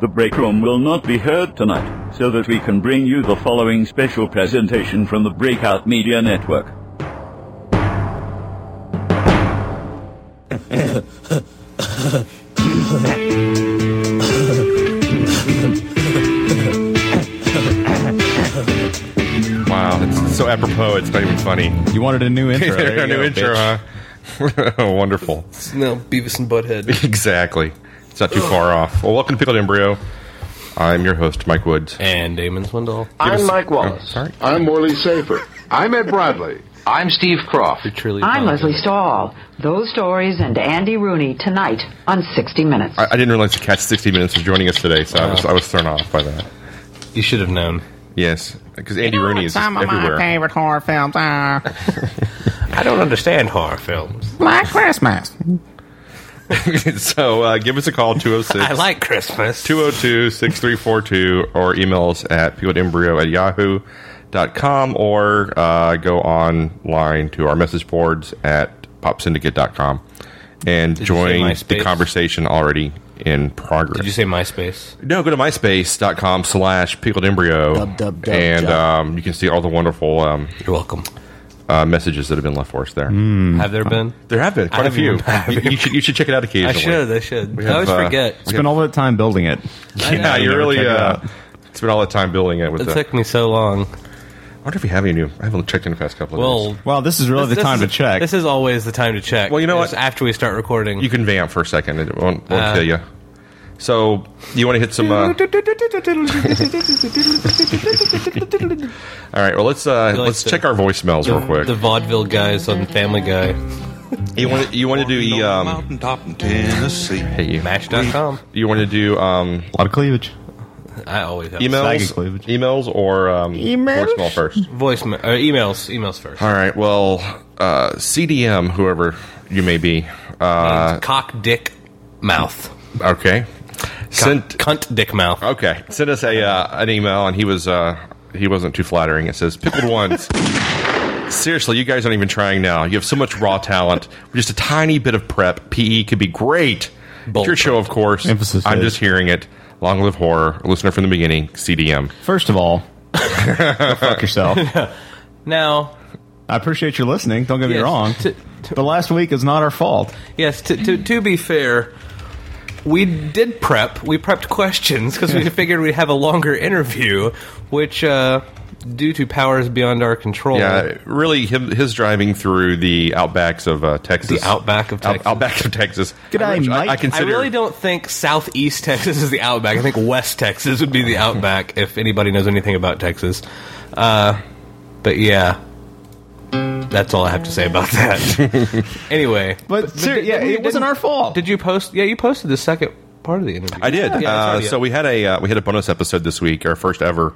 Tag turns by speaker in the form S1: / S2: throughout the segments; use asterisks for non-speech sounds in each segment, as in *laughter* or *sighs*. S1: The break room will not be heard tonight, so that we can bring you the following special presentation from the Breakout Media Network.
S2: Wow, it's so apropos. It's not even funny.
S3: You wanted
S2: *laughs*
S3: a new intro.
S2: Our
S3: There you
S2: new
S3: go,
S2: intro,
S3: bitch.
S2: huh? *laughs* Wonderful.
S4: It's now Beavis and Butthead.
S2: Exactly. It's not too far off. Well, welcome to Pickled Embryo. I'm your host, Mike Woods.
S4: And Damon Swindle.
S2: us-
S5: I'm Mike
S2: oh,
S5: Wallace.
S2: sorry.
S6: I'm Morley Safer. I'm Ed Bradley.
S5: I'm Steve Croft.
S4: You're truly
S7: I'm
S4: talented.
S7: Leslie Stahl. Those stories and Andy Rooney tonight on 60 Minutes.
S2: I, I didn't realize the Catch 60 Minutes was joining us today, so I, was, I was thrown off by that.
S4: You should have known.
S2: Yes, because Andy
S8: You know
S2: Rooney
S8: what
S2: is just
S8: some of my
S2: everywhere.
S8: favorite horror uh, films are
S4: I don't understand horror films.
S8: Black Christmas,
S2: *laughs* so uh, give us a
S3: *laughs*
S2: call, 206
S4: I like Christmas.
S2: 202 6342, or email us at pickledembryo at yahoo.com, or uh, go online to our message boards at popsyndicate.com and
S4: you say
S2: join the
S4: MySpace?
S2: conversation already in progress.
S4: Did you say MySpace?
S2: No, go to myspace.com slash pickled embryo.
S9: Dub, dub, dub,
S2: and
S9: dub.
S2: Um, you can see all the wonderful um,
S4: You're welcome.
S2: uh, messages that have been left for us there.
S4: Have there been?
S2: There have been
S4: Mm. I
S2: quite a
S4: haven't
S2: few.
S4: even- I haven't
S2: You, you should, you should check it out
S4: I
S2: occasionally.
S4: should. I should.
S2: We
S4: I always
S2: have, uh,
S4: forget.
S2: Yeah.
S3: Spent all that time building it. *laughs*
S2: Yeah,
S3: you
S2: you
S3: never
S2: really.
S3: check it
S2: uh,
S3: out.
S2: it's been all that time building it with
S4: It
S2: the.
S4: took me so long.
S2: I wonder if we have any new. I haven't checked in the past couple of
S4: Well,
S2: days.
S3: Well, this is really the
S4: this
S3: time
S4: is-
S3: to check.
S4: This is always the time to check.
S2: Well, you know
S4: It's
S2: what?
S4: After we start recording,
S2: You can vamp for a second. It won't, won't
S4: Uh.
S2: kill you. So, you want to hit
S4: *laughs*
S2: some. Uh, all right, well, let's uh,
S4: like
S2: let's
S4: the-
S2: check our voicemails real quick.
S4: the vaudeville guys on Family Guy,
S2: you want you want to do the um,
S10: mountaintop in Tennessee.
S2: hey you
S4: Mash.com.
S2: you want to do um,
S3: a lot of cleavage.
S4: I always have
S3: Saggy
S2: emails,
S3: cleavage.
S2: emails, or um,
S8: Emails?
S2: voicemail first.
S4: voicemail or emails. Emails first.
S2: All right. Well, uh, CDM, whoever you may be. Uh,
S4: Cock, dick, mouth.
S2: okay.
S4: Cunt,
S2: Sent.
S4: cunt, dick, mouth.
S2: Okay. Sent us a uh, an email, and he was uh, he wasn't too flattering. It says pickled ones. Seriously, you guys aren't even trying now. You have so much raw talent. With Just a tiny bit of prep. PE could be great.
S4: Bold
S2: It's your show, of course.
S3: Emphasis
S2: I'm
S3: is.
S2: just hearing it. Long live horror. Listener from the beginning. CDM.
S3: First of all, go fuck yourself.
S4: Now,
S3: I appreciate you listening. Don't get me
S4: Yes.
S3: wrong.
S4: T-
S3: but last week is not our fault.
S4: Yes, to, to, to be fair, we did prep. We prepped questions because we figured we'd have a longer interview, which, uh, due to powers beyond our control,
S2: Yeah, Uh, really, him, his driving through the outbacks of uh, Texas,
S4: The outback of
S2: Out-
S4: Texas.
S2: outback of Texas.
S3: G'day,
S2: I, I-
S3: Mike.
S2: I,
S3: I
S4: I
S2: consider
S4: really don't think Southeast Texas is the outback. I think West Texas would be the outback if anybody knows anything about Texas. Uh, but yeah. That's all I have to say about that. *laughs* anyway,
S3: But, ser-
S4: did-
S3: yeah,
S4: didn't-
S3: it wasn't
S4: didn't-
S3: our fault.
S4: Did you post? Yeah, you posted the second part of the interview.
S2: I did.
S4: Yeah, it's
S2: uh,
S4: already up.
S2: so we had a uh, we had a bonus episode this week, our first ever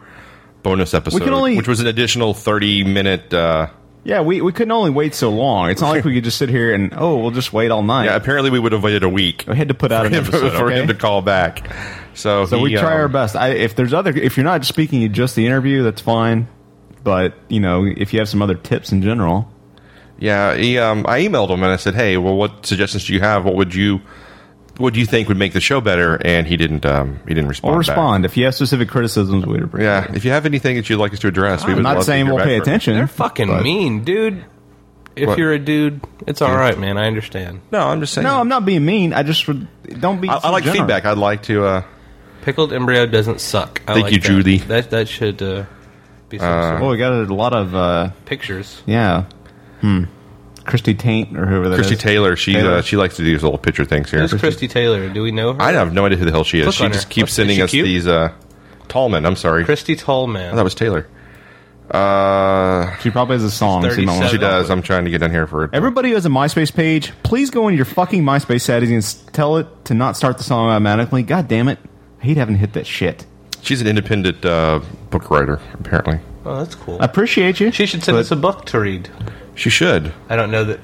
S2: bonus episode,
S3: can only-
S2: which was an additional thirty minute. Uh,
S3: yeah, we, we couldn't only wait so long. It's not like we could just sit here and, oh, we'll just wait all night.
S2: yeah, apparently we would have waited a week
S3: we had to put out an
S2: *laughs* for
S3: episode. okay?
S2: him to call back. So
S3: So
S2: he,
S3: we try
S2: um,
S3: our best. I, if there's other, if you're not speaking in just the interview, that's fine. But you know, if you have some other tips in general,
S2: Yeah, he, um, I emailed him and I said, "Hey, well, what suggestions do you have? What would you what do you think would make the show better?" And he didn't um, he didn't respond.
S3: or
S2: back.
S3: respond if you have specific criticisms. We'd appreciate.
S2: Yeah, if you have anything that you'd like us to address, we
S3: it.
S2: would
S3: I'm
S2: love
S3: not
S2: to
S3: saying
S2: hear
S3: we'll
S2: back
S3: pay
S2: from-
S3: attention.
S4: They're fucking
S3: but-
S4: mean, dude. If
S2: What?
S4: you're a dude, it's all right, man. I understand.
S2: No, I'm just saying.
S3: No, I'm not being mean. I just would- don't be.
S2: I, I
S3: so
S2: like
S3: generous.
S2: feedback. I'd like to. Uh,
S4: Pickled embryo doesn't suck. I
S2: Thank
S4: like
S2: you,
S4: that.
S2: Judy.
S4: That that should uh, be some sort
S3: Oh, we got a lot of uh,
S4: of pictures.
S3: yeah. Hmm. Christy Taint or whoever that
S2: Christy
S3: is.
S2: Taylor, she
S3: Taylor.
S2: Uh, she likes to do these little picture things here.
S4: Who's Christy Taylor? Do we know her?
S2: I have no idea who the hell she is.
S4: Click
S2: she
S4: on
S2: just
S4: her.
S2: keeps
S4: Is
S2: sending
S4: she
S2: us
S4: cute?
S2: these. Uh, Tallman, I'm sorry.
S4: Christy
S2: Oh, that
S4: Tallman.
S2: was Taylor. Uh,
S3: She probably has a song. so you might wanna-
S4: 37.
S2: she does. I'm trying to get down here for it.
S3: Everybody who has a MySpace page, please go into your fucking MySpace settings and s- tell it to not start the song automatically. God damn it! I hate having to hit that shit.
S2: She's an independent uh, book writer, apparently.
S4: Oh, that's cool.
S3: I appreciate you.
S4: She should send
S3: but-
S4: us a book to read.
S2: She should.
S4: I don't know that.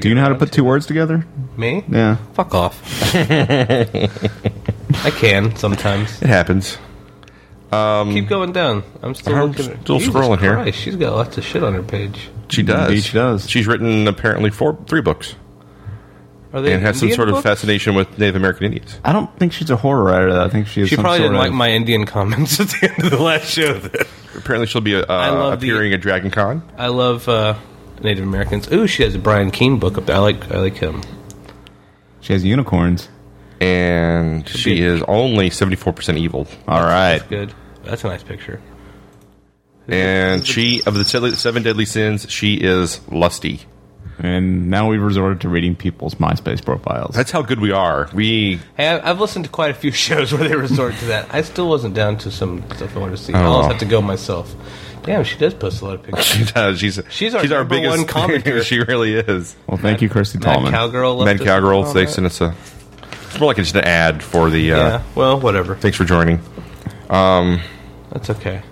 S3: Do you know how to put two words together?
S4: Me?
S3: Yeah.
S4: Fuck off. I can
S3: *laughs*
S4: sometimes.
S2: It happens.
S3: Mm.
S4: Keep going down. I'm still
S2: I'm
S4: looking. at-
S2: still
S4: Jesus
S2: scrolling here.
S4: Christ, She's got lots of shit on her page.
S2: She does.
S3: Indeed she does.
S2: She's written apparently four, three books.
S4: Are they
S2: and has some
S4: Indian
S2: sort of
S4: books?
S2: fascination with Native American Indians.
S3: I don't think she's a horror writer. Though. I think she. Is
S4: She
S3: some
S4: probably
S3: sort
S4: didn't like
S3: of-
S4: my Indian comments *laughs* at the end of the last show. then.
S2: Apparently, she'll be uh,
S4: love the-
S2: appearing at Dragon Con.
S4: I love uh, Native Americans. Ooh, she has a Brian Keene book up there. I like I like him.
S3: She has unicorns.
S2: and she
S4: be-
S2: is only 74% evil.
S3: All right.
S4: Good. That's a nice picture.
S2: And she, of the se- seven deadly sins, she is lusty.
S3: And now we've resorted to reading people's MySpace profiles.
S2: That's how good we are. We,
S4: Hey, I- I've listened to quite a few *laughs* shows where they resort to that. I still wasn't down to some stuff I wanted to see. I'll
S2: Oh.
S4: always have to go myself. Damn, she does post a lot of
S2: *laughs*
S4: pictures.
S2: she does. She's,
S4: She's our number one
S2: *laughs*
S4: commenter.
S2: she really is.
S3: well, thank you, Kirsty
S4: Mad
S3: Tallman.
S4: cowgirl. left
S2: Men
S4: us
S2: Cowgirls,
S4: all
S2: they
S4: that.
S2: sent us a. It's more like just an ad for the. Uh,
S4: Yeah. Well, whatever.
S2: Thanks for joining.
S4: That's okay.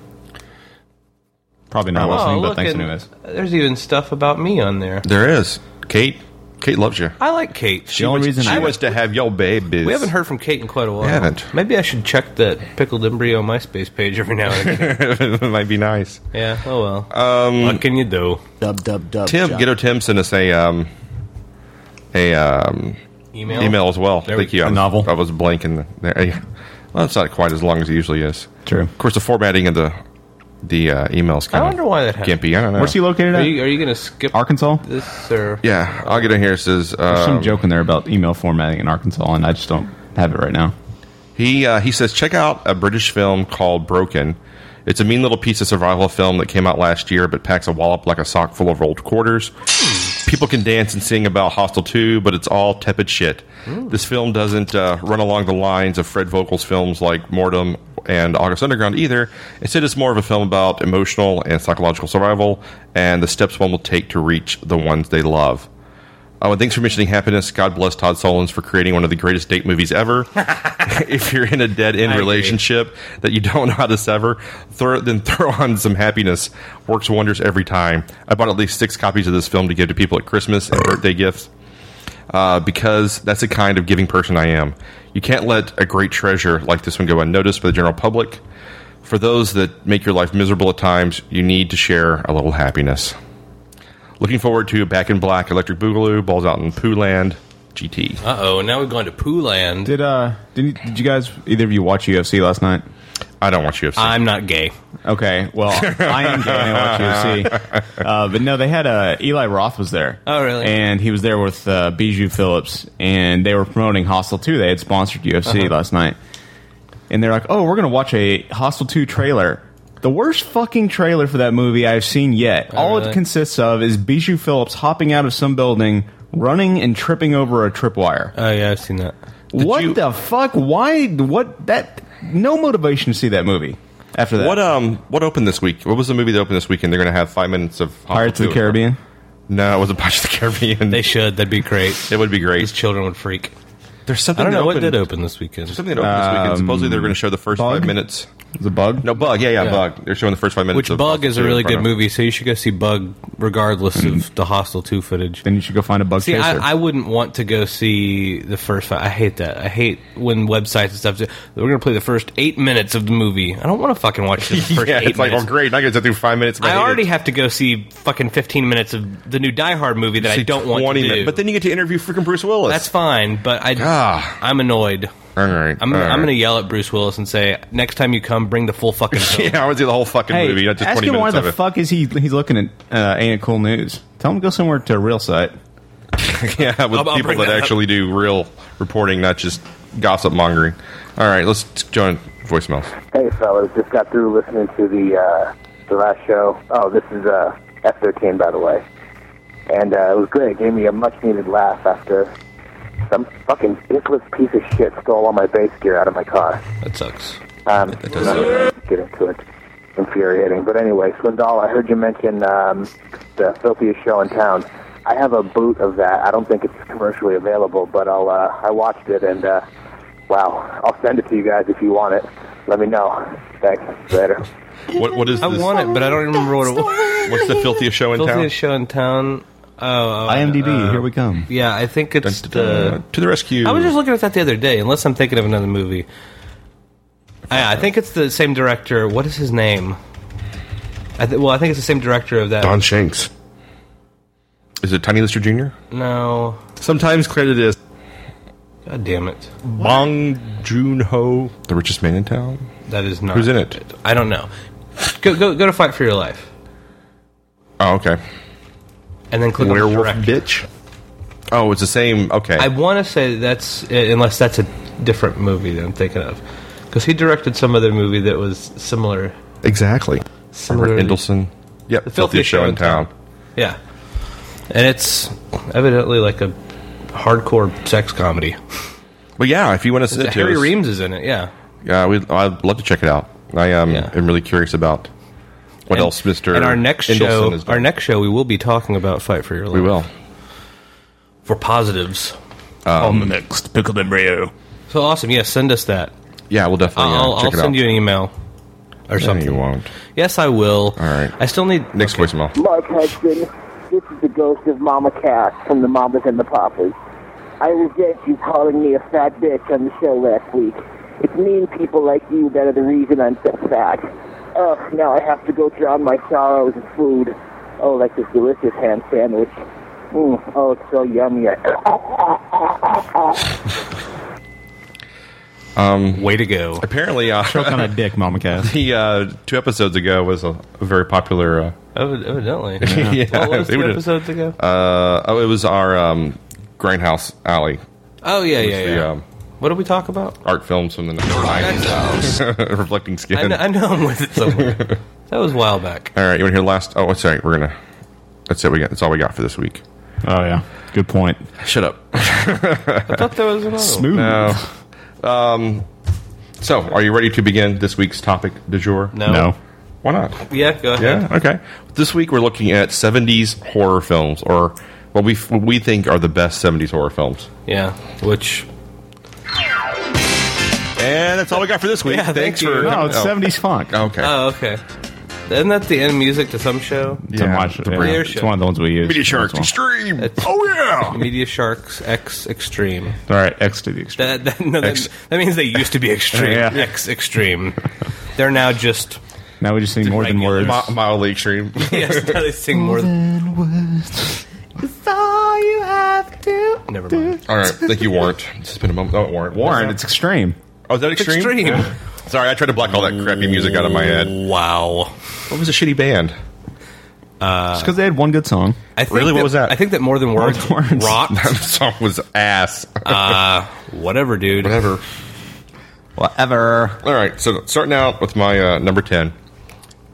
S3: Probably not listening, but
S4: look,
S3: thanks
S4: and
S3: anyways.
S4: There's even stuff about me on there.
S2: There is. Kate. Kate loves you.
S4: I like Kate.
S3: The only reason
S2: She
S3: I,
S2: wants to have your babies.
S4: We haven't heard from Kate in quite a while.
S2: haven't.
S4: Maybe I should check that pickled embryo MySpace page every now and
S2: *laughs*
S4: again.
S2: it might be nice.
S4: yeah. Oh well. Um, what can you do?
S5: Dub, dub, dub.
S2: Tim,
S5: job.
S2: Ghetto Tim sent us a. Um, a um,
S4: Email.
S2: email as well.
S4: There
S2: Thank
S4: we-
S2: you.
S4: A
S2: I was,
S3: novel.
S2: I was blanking there. Yeah. Well, it's not quite as long as it usually is.
S3: True.
S2: Of course, the formatting of the the uh, emails kind of
S4: wonder why that happened.
S2: gimpy. I don't know.
S3: Where's she located
S4: Are
S3: at?
S4: you, are you going to skip
S3: Arkansas?
S4: this or?
S2: yeah, I'll get in here. It says
S3: There's some
S2: uh,
S3: joke in there about email formatting in Arkansas, and I just don't have it right now.
S2: he uh, he says check out a British film called Broken. It's a mean little piece of survival film that came out last year, but packs a wallop like a sock full of rolled quarters. People can dance and sing about Hostel 2, but it's all tepid shit. This film doesn't uh, run along the lines of Fred Vogel's films like Mortem and August Underground either. Instead, it's more of a film about emotional and psychological survival and the steps one will take to reach the ones they love. Oh, and thanks for mentioning happiness. God bless Todd Solondz for creating one of the greatest date movies ever. *laughs* if you're in a dead end
S4: agree.
S2: relationship that you don't know how to sever, throw, then *laughs* throw on some happiness. Works wonders every time. I bought at least six copies of this film to give to people at Christmas and birthday gifts uh, because that's the kind of giving person I am. You can't let a great treasure like this one go unnoticed by the general public. For those that make your life miserable at times, you need to share a little happiness. Looking forward to Back in Black, Electric Boogaloo, Balls Out in Pooh Land, GT.
S4: Uh oh. Now we've gone to Pooh Land.
S3: Did uh did, did you guys either of you watch UFC last night?
S2: I don't want you to
S4: I'm not gay.
S3: Okay, well I am gay and I watch UFC,
S4: *laughs*
S3: uh, but no, they had uh, Eli Roth was there.
S4: Oh, really?
S3: And he was there with uh, Bijou Phillips, and they were promoting Hostel Two. They had sponsored UFC
S4: Uh-huh.
S3: last night, and they're like, "Oh, we're gonna watch a Hostel Two trailer." The worst fucking trailer for that movie I've seen yet. All
S4: Oh, really?
S3: it consists of is Bijou Phillips hopping out of some building, running and tripping over a tripwire.
S4: Oh yeah, I've seen that.
S3: what
S2: you-
S3: the fuck? Why? What? That? No motivation to see that movie after that.
S2: What um what opened this week? What was the movie that opened this week? And they're going to have five minutes of Hostel
S3: Pirates of
S2: 2?
S3: the Caribbean?
S2: No, it wasn't Pirates of the Caribbean.
S4: They should. That'd be great.
S2: *laughs* it would be
S4: These
S2: great.
S4: children would freak.
S2: There's
S4: I
S2: something.
S4: don't
S2: that
S4: know what
S2: opened-
S4: did open this weekend.
S2: Something that opened this
S4: um,
S2: weekend. Supposedly they're going to show the first
S3: Bug?
S2: five minutes.
S3: It was a bug.
S2: No bug. Yeah, yeah,
S4: Yeah.
S2: bug. They're showing the first five minutes.
S4: Which
S2: of
S4: Bug is
S2: Hostel
S4: a
S2: two
S4: really
S2: in front
S4: good
S2: of- Mm.
S4: movie, so you should go see Bug regardless of the Hostile 2 footage.
S3: Then you should go find a bug
S4: See,
S3: chaser.
S4: I, I wouldn't want to go see the first five. I hate that. I hate when websites and stuff say, we're going to play the first eight minutes of the movie. I don't want to fucking watch the
S2: *laughs*
S4: first
S2: yeah,
S4: eight
S2: it's like, oh
S4: minutes.
S2: great, now I get to do five minutes. but
S4: I
S2: hate
S4: already
S2: it.
S4: have to go see fucking 15 minutes of the new Die Hard movie that I
S2: See,
S4: don't want to
S2: 20
S4: do.
S2: minutes. But then you get to interview freaking Bruce Willis.
S4: That's fine, but I,
S2: Ah.
S4: I'm annoyed.
S2: All right,
S4: I'm,
S2: all
S4: I'm going to
S2: right.
S4: yell at Bruce Willis and say, next time you come, bring the full
S2: *laughs*
S4: fucking film.
S2: *laughs* Yeah, I want to do the whole fucking
S3: hey,
S2: movie, not just
S3: ask
S2: 20
S3: him why
S2: minutes
S3: the
S2: of it.
S3: fuck is he? He's looking at uh, ain't it cool news? Tell him to go somewhere to a real site.
S2: *laughs* yeah, with
S4: I'll- I'll
S2: people
S4: bring
S2: that
S4: that up.
S2: actually do real reporting, not just gossip mongering. All right, let's join voicemails.
S9: Hey, fellas, just got through listening to the uh, the last show. Oh, this is uh, F13, by the way, and uh, it was great. It gave me a much needed laugh after some fucking dickless piece of shit stole all my bass gear out of my car.
S4: That sucks.
S9: Um, I'm not gonna get into it. Infuriating. But anyway, Swindoll, I heard you mention um, the filthiest show in town. I have a boot of that. I don't think it's commercially available, but I'll uh, I watched it and uh, wow, I'll send it to you guys if you want it. Let me know. Thanks. Later.
S2: What what is
S4: I
S2: this?
S4: want it, but I don't remember what it was.
S2: What's the filthiest show in town?
S4: *laughs* Filthiest show in town. Oh, uh,
S3: IMDb, here we come.
S4: Yeah, I think it's
S2: Dun, dun, dun,
S4: the.
S2: dun. to the rescue!
S4: I was just looking at that the other day. Unless I'm thinking of another movie. I, I think it's the same director. What is his name? I th- well, I think it's the same director of that.
S2: Don Shanks. Is it Tiny Lister Jr.?
S4: no,
S2: Sometimes credited as
S4: God damn it.
S2: Bong Joon Ho, the richest man in town.
S4: That is not.
S2: Who's in it?
S4: I don't know. Go go go to fight for your life,
S2: Oh, okay.
S4: and then click on the
S2: Werewolf
S4: director.
S2: bitch. Oh, it's the same. Okay.
S4: I want to say that's unless that's a different movie that I'm thinking of, because he directed some other movie that was similar.
S2: exactly. Robert
S4: Similarly-
S2: Mendelsohn. Yep.
S4: The
S2: filthiest, show in town.
S4: Yeah, and it's evidently like a hardcore sex comedy.
S2: But yeah, if you want to send it to
S4: *laughs* Harry
S2: us,
S4: Reams is in it. Yeah,
S2: yeah, we'd, I'd love to check it out. I um,
S4: Yeah.
S2: am really curious about what
S4: And-
S2: else Mister
S4: And our next
S2: Mendelsohn
S4: show,
S2: has done.
S4: our next show, we will be talking about Fight for Your Life.
S2: we will.
S4: for positives.
S1: on the next Pickled Embryo.
S4: So awesome! Yeah, send us that.
S2: Yeah, we'll definitely uh,
S4: I'll,
S2: check
S4: I'll
S2: it out.
S4: send you an email or
S2: no,
S4: something.
S2: you won't.
S4: Yes, I will.
S2: All right.
S4: I still need
S2: Next
S4: okay.
S2: voicemail.
S9: Mark Hudson, this is the ghost of Mama Cat from the Mamas and the Papas. I resent you calling me a fat bitch on the show last week. It's mean people like you that are the reason I'm so fat. Ugh, now I have to go drown my sorrows in food. Oh, like this delicious ham sandwich. Mm, oh, it's so yummy.
S4: Way to go!
S2: Apparently, uh,
S3: Choke *laughs* on a dick, Mama Cass.
S2: *laughs* he uh, two episodes ago was a, a very popular. Uh,
S4: Evi- Evidently.
S2: *laughs* yeah,
S4: What was
S2: they
S4: two
S2: would've-
S4: episodes ago?
S2: Uh, oh, it was our um, Grindhouse Alley.
S4: oh yeah, yeah,
S2: the,
S4: yeah.
S2: um,
S4: what did we talk about?
S2: Art films from the 90s. *laughs* Reflecting skin.
S4: I know, I know I'm with it somewhere.
S2: *laughs*
S4: that was a while back.
S2: All right, you want to hear last? Oh, sorry, we're gonna. That's it. We got. That's all we got for this week.
S3: Oh yeah, good point.
S2: Shut up.
S4: I thought there was another. one.
S3: Smooth.
S2: So, are you ready to begin this week's topic du jour?
S4: No.
S3: No.
S2: Why not?
S4: Yeah, go ahead.
S2: Yeah. Okay. This week we're looking at 70s horror films, or what we what we think are the best 70s horror films.
S4: Yeah. Which
S2: And that's all we got for this week.
S4: Yeah, thank
S2: Thanks for.
S4: you.
S3: No, it's
S2: oh,
S3: seventies funk.
S2: Okay.
S4: Oh, okay. Isn't that the end music to some show?
S3: It's a
S2: yeah,
S3: much-
S2: to
S3: yeah,
S2: bring-
S3: it's one of the ones we use.
S2: Media Sharks
S3: That's one.
S2: Extreme.
S4: It's-
S2: oh yeah.
S4: Media Sharks X Extreme.
S3: All right, X to the extreme.
S4: That that, no,
S2: X.
S4: that, that means they used to
S2: *laughs*
S4: be extreme.
S3: Yeah.
S4: X Extreme. They're now just *laughs*
S3: Now we just need more than
S4: regular-
S3: words.
S2: Mi- mildly
S4: *laughs*
S2: extreme.
S4: yes. Now they sing more than
S3: It's all you have to.
S4: never mind.
S2: All right. Thank you, Warrant. It's just been a moment. Oh, Warrant.
S3: Warren, it's extreme.
S2: Oh, is that extreme?
S4: Extreme.
S2: Sorry, I tried to block all that crappy music out of my head.
S4: Wow.
S2: What was a shitty band? *laughs*
S3: Just because they had one good song.
S4: I think
S2: Really? What was that?
S4: I think that more than words,
S3: More Than Words.
S4: rocked.
S2: *laughs* That song was ass.
S4: Uh, Whatever, dude.
S2: Whatever.
S3: Whatever.
S2: *laughs* All right. So starting out with my uh, number ten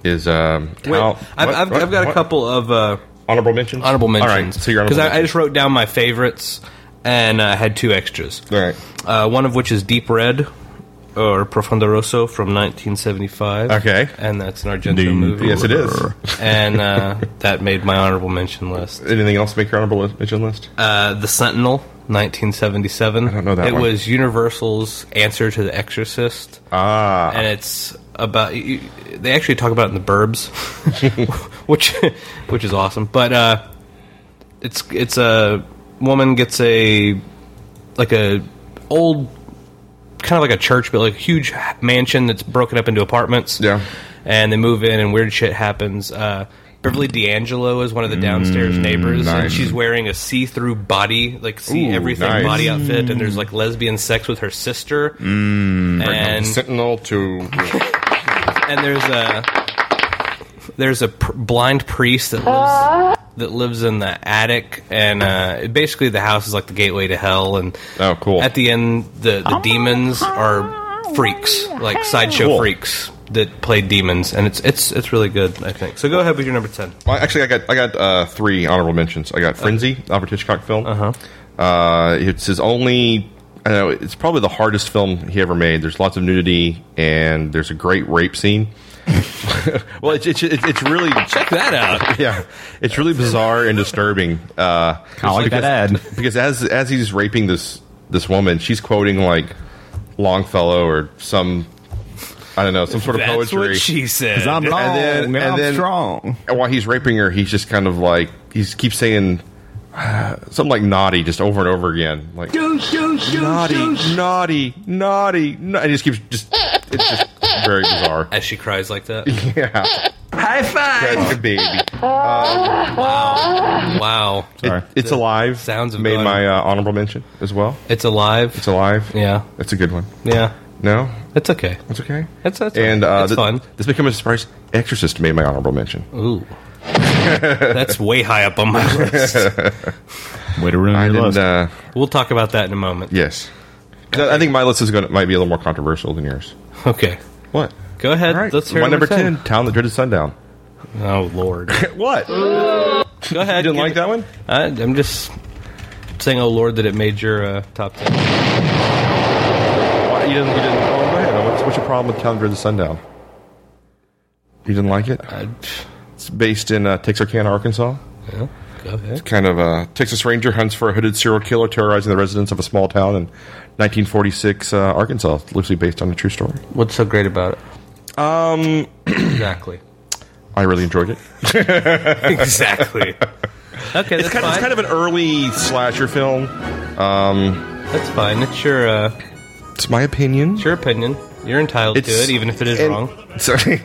S2: is um.
S4: Wait,
S2: how-
S4: I've,
S2: what-
S4: I've,
S2: what-
S4: I've got
S2: what?
S4: a couple of uh,
S2: honorable mentions.
S4: honorable mentions.
S2: All right. So your honorable.
S4: because I, I
S2: mentions.
S4: just wrote down my favorites and uh, had two extras.
S2: All right.
S4: Uh, one of which is Deep Red or Profundo Rosso from 1975.
S2: Okay.
S4: and that's an Argento movie.
S2: Yes, it is. *laughs*
S4: and uh, that made my honorable mention list.
S2: Anything else make your honorable li- mention list?
S4: Uh, the Sentinel, 1977. I
S2: don't know that
S4: It
S2: one.
S4: was Universal's answer to The Exorcist.
S2: ah.
S4: and it's about you, they actually talk about it in
S2: *laughs*
S4: the burbs *laughs* which which is awesome but uh it's it's a woman gets a like a old kind of like a church but like a huge mansion that's broken up into apartments
S2: Yeah.
S4: and they move in and weird shit happens uh Beverly D'Angelo is one of the downstairs neighbors, and
S2: Mm, nice.
S4: she's wearing a see-through body, like see
S2: Ooh,
S4: everything
S2: nice.
S4: body outfit, and there's like lesbian sex with her sister,
S2: Mm,
S4: and
S2: Sentinel to
S4: and there's a there's a pr- blind priest that lives that lives in the attic, and uh, basically the house is like the gateway to hell. And
S2: Oh, cool.
S4: At the end, the the demons are freaks, like sideshow
S2: Cool.
S4: freaks that play demons, and it's it's it's really good. I think so. Go ahead with your number ten.
S2: well, actually I got I got uh, three honorable mentions. I got Frenzy, Albert Hitchcock film.
S4: Uh-huh.
S2: Uh, it's his only. I don't know it's probably the hardest film he ever made. There's lots of nudity and there's a great rape scene. *laughs* well, it's it's it's, it's really
S4: Check that
S2: *laughs*
S4: out.
S2: yeah, it's really bizarre and disturbing. Uh,
S3: Kinda like
S2: because,
S3: that ad.
S2: because as as he's raping this this woman, she's quoting like Longfellow or some I don't know some sort of
S4: That's
S2: poetry.
S4: what she said.
S3: I'm long
S2: And then-
S3: and
S2: and
S3: I'm
S2: then-
S3: strong.
S2: and while he's raping her, he's just kind of like he's keeps saying *sighs* something like naughty just over and over again, like naughty, naughty,
S4: *laughs*
S2: naughty, naughty. And he just keeps just it's just very bizarre. *laughs*
S4: As she cries like that.
S2: Yeah.
S4: High five!
S2: That's a baby.
S4: Wow.
S2: It, it's alive.
S4: sounds of
S2: made
S4: God.
S2: my uh, honorable mention as well.
S4: It's alive.
S2: It's alive.
S4: yeah.
S2: that's a good one.
S4: Yeah.
S2: No,
S4: It's okay.
S2: that's okay.
S4: It's, it's
S2: and uh, th-
S4: it's fun. Oh,
S2: This became a surprise. Exorcist made my honorable mention.
S4: Ooh.
S2: *laughs*
S4: That's way high up on my list.
S3: Way to ruin
S2: I
S3: your
S2: didn't.
S3: list.
S2: Uh,
S4: We'll talk about that in a moment.
S2: yes, 'Cause I I think my list is going to might be a little more controversial than yours.
S4: Okay.
S2: What?
S4: Go ahead.
S2: All right.
S4: Let's hear
S2: one number
S4: number
S2: ten. Town that dreaded sundown. Uh,
S4: Oh,
S2: *laughs*
S4: Lord.
S2: what? You
S4: Go ahead.
S2: didn't
S4: give
S2: like
S4: it-
S2: that one?
S4: I, I'm just saying, oh, Lord, that it made your uh, top
S2: Why,
S4: 10.
S2: you didn't. You didn't. Oh, go ahead. What's, what's your problem with Town that dreaded sundown? You didn't like it?
S4: I,
S2: It's based in uh, Texarkana, Arkansas.
S4: yeah, go ahead.
S2: kind of a Texas Ranger hunts for a hooded serial killer terrorizing the residents of a small town in 1946 uh, Arkansas, loosely based on a true story.
S4: What's so great about it?
S2: Um, *clears throat*
S4: Exactly.
S2: I really enjoyed it.
S4: exactly. Okay,
S2: It's kind,
S4: that's
S2: of,
S4: fine.
S2: it's kind of an early slasher film. Um,
S4: that's fine. It's your uh,
S2: it's my opinion.
S4: it's your opinion. You're entitled
S2: It's,
S4: to it, even if it is
S2: and-
S4: wrong.
S2: *laughs* So, and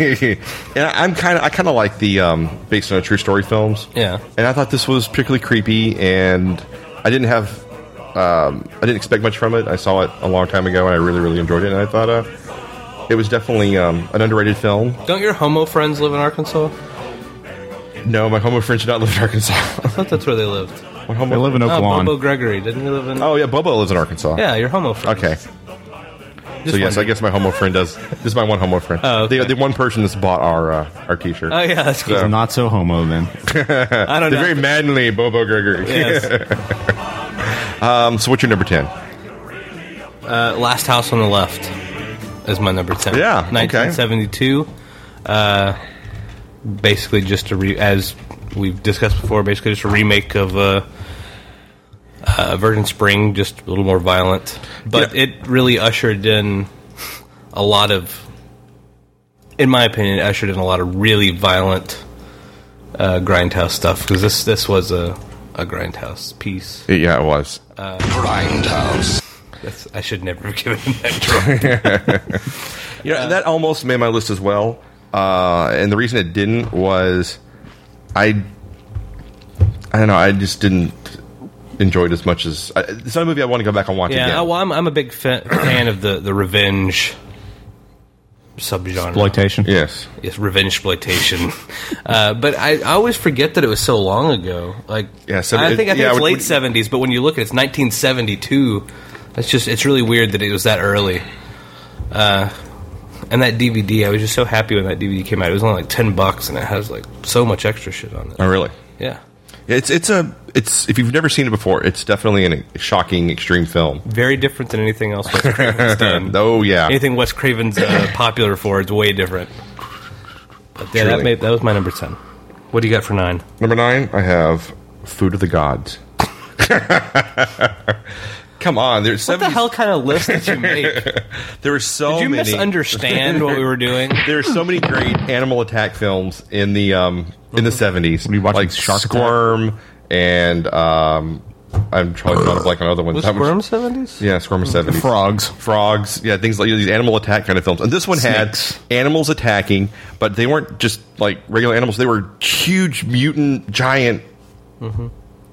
S2: I- I'm kind of I kind of like the um, based on a true story films.
S4: Yeah.
S2: and I thought this was particularly creepy, and I didn't have um, I didn't expect much from it. I saw it a long time ago, and I really really enjoyed it. And I thought uh, it was definitely um, an underrated film.
S4: Don't your homo friends live in Arkansas?
S2: No, my homo friends do not live in Arkansas. *laughs*
S4: I thought that's where they lived.
S2: my homo-
S3: They live in
S4: Oh,
S3: Oaklawn.
S4: Bobo Gregory. Didn't he live in?
S2: oh yeah, Bobo lives in Arkansas.
S4: Yeah, your homo friend.
S2: Okay. So yes, I guess my homo friend does. This is my one homo friend.
S4: Oh, okay.
S2: the, the one person that's bought our uh, our T-shirt.
S4: Oh yeah,
S2: *laughs*
S4: that's cool.
S3: I'm not so homo then.
S4: I
S2: They're
S4: don't know. *laughs*
S2: very manly, Bobo Gregory.
S4: yes.
S2: Um, so what's your number ten?
S4: Uh, Last House on the Left is my number ten.
S2: Yeah, okay.
S4: 1972. Uh, basically, just a re- as we've discussed before, basically just a remake of uh, uh, Virgin Spring, just a little more violent. But
S2: Yeah.
S4: it really ushered in a lot of, in my opinion, it ushered in a lot of really violent uh, grindhouse stuff because this this was a a grindhouse piece.
S2: Yeah, it was.
S4: That's, I should never have given him that drawing.
S2: You know, that almost made my list as well. Uh, and the reason it didn't was I I don't know, I just didn't enjoy it as much as I, it's not a movie I want to go back and watch
S4: Yeah,
S2: again.
S4: I, well, I'm, I'm a big fa- fan of the, the revenge subgenre.
S3: Exploitation.
S2: yes.
S4: yes, revenge exploitation. *laughs* uh, but I, I always forget that it was so long ago. Like,
S2: Yeah, so
S4: I
S2: it-
S4: think I think
S2: yeah,
S4: it's
S2: when-
S4: late
S2: when-
S4: '70s. But when you look at it, it's 1972. That's just it's really weird that it was that early. Uh, and that DVD, I was just so happy when that DVD came out. It was only like ten bucks, and it has like so much extra shit on it.
S2: Oh really?
S4: Yeah,
S2: It's it's a it's if you've never seen it before, it's definitely an, a shocking extreme film.
S4: very different than anything
S2: *laughs*
S4: else Wes Craven's done.
S2: Oh yeah.
S4: anything Wes
S2: *laughs*
S4: Craven's uh, popular for is way different. But yeah, that,
S2: Truly.
S4: made, that was my number ten. What do you got for nine?
S2: Number nine, I have Food of the Gods. *laughs* Come on, there's
S4: What the hell kind of list
S2: *laughs*
S4: did you make? Did
S2: There were so
S4: you
S2: many.
S4: misunderstand what we
S2: *laughs*
S4: were doing?
S2: there are so many great animal attack films in the um in the seventies.
S3: you watching
S2: like
S3: Shark Attack?
S2: Squirm and um I'm trying to blank on other ones.
S4: Was
S2: That
S4: Squirm seventies?
S2: Yeah, Squirm was seventies.
S3: Frogs.
S2: Frogs, yeah, things like these animal attack kind of films. And this one
S3: Snakes.
S2: had animals attacking, but they weren't just like regular animals. They were huge mutant giant
S3: Mm-hmm.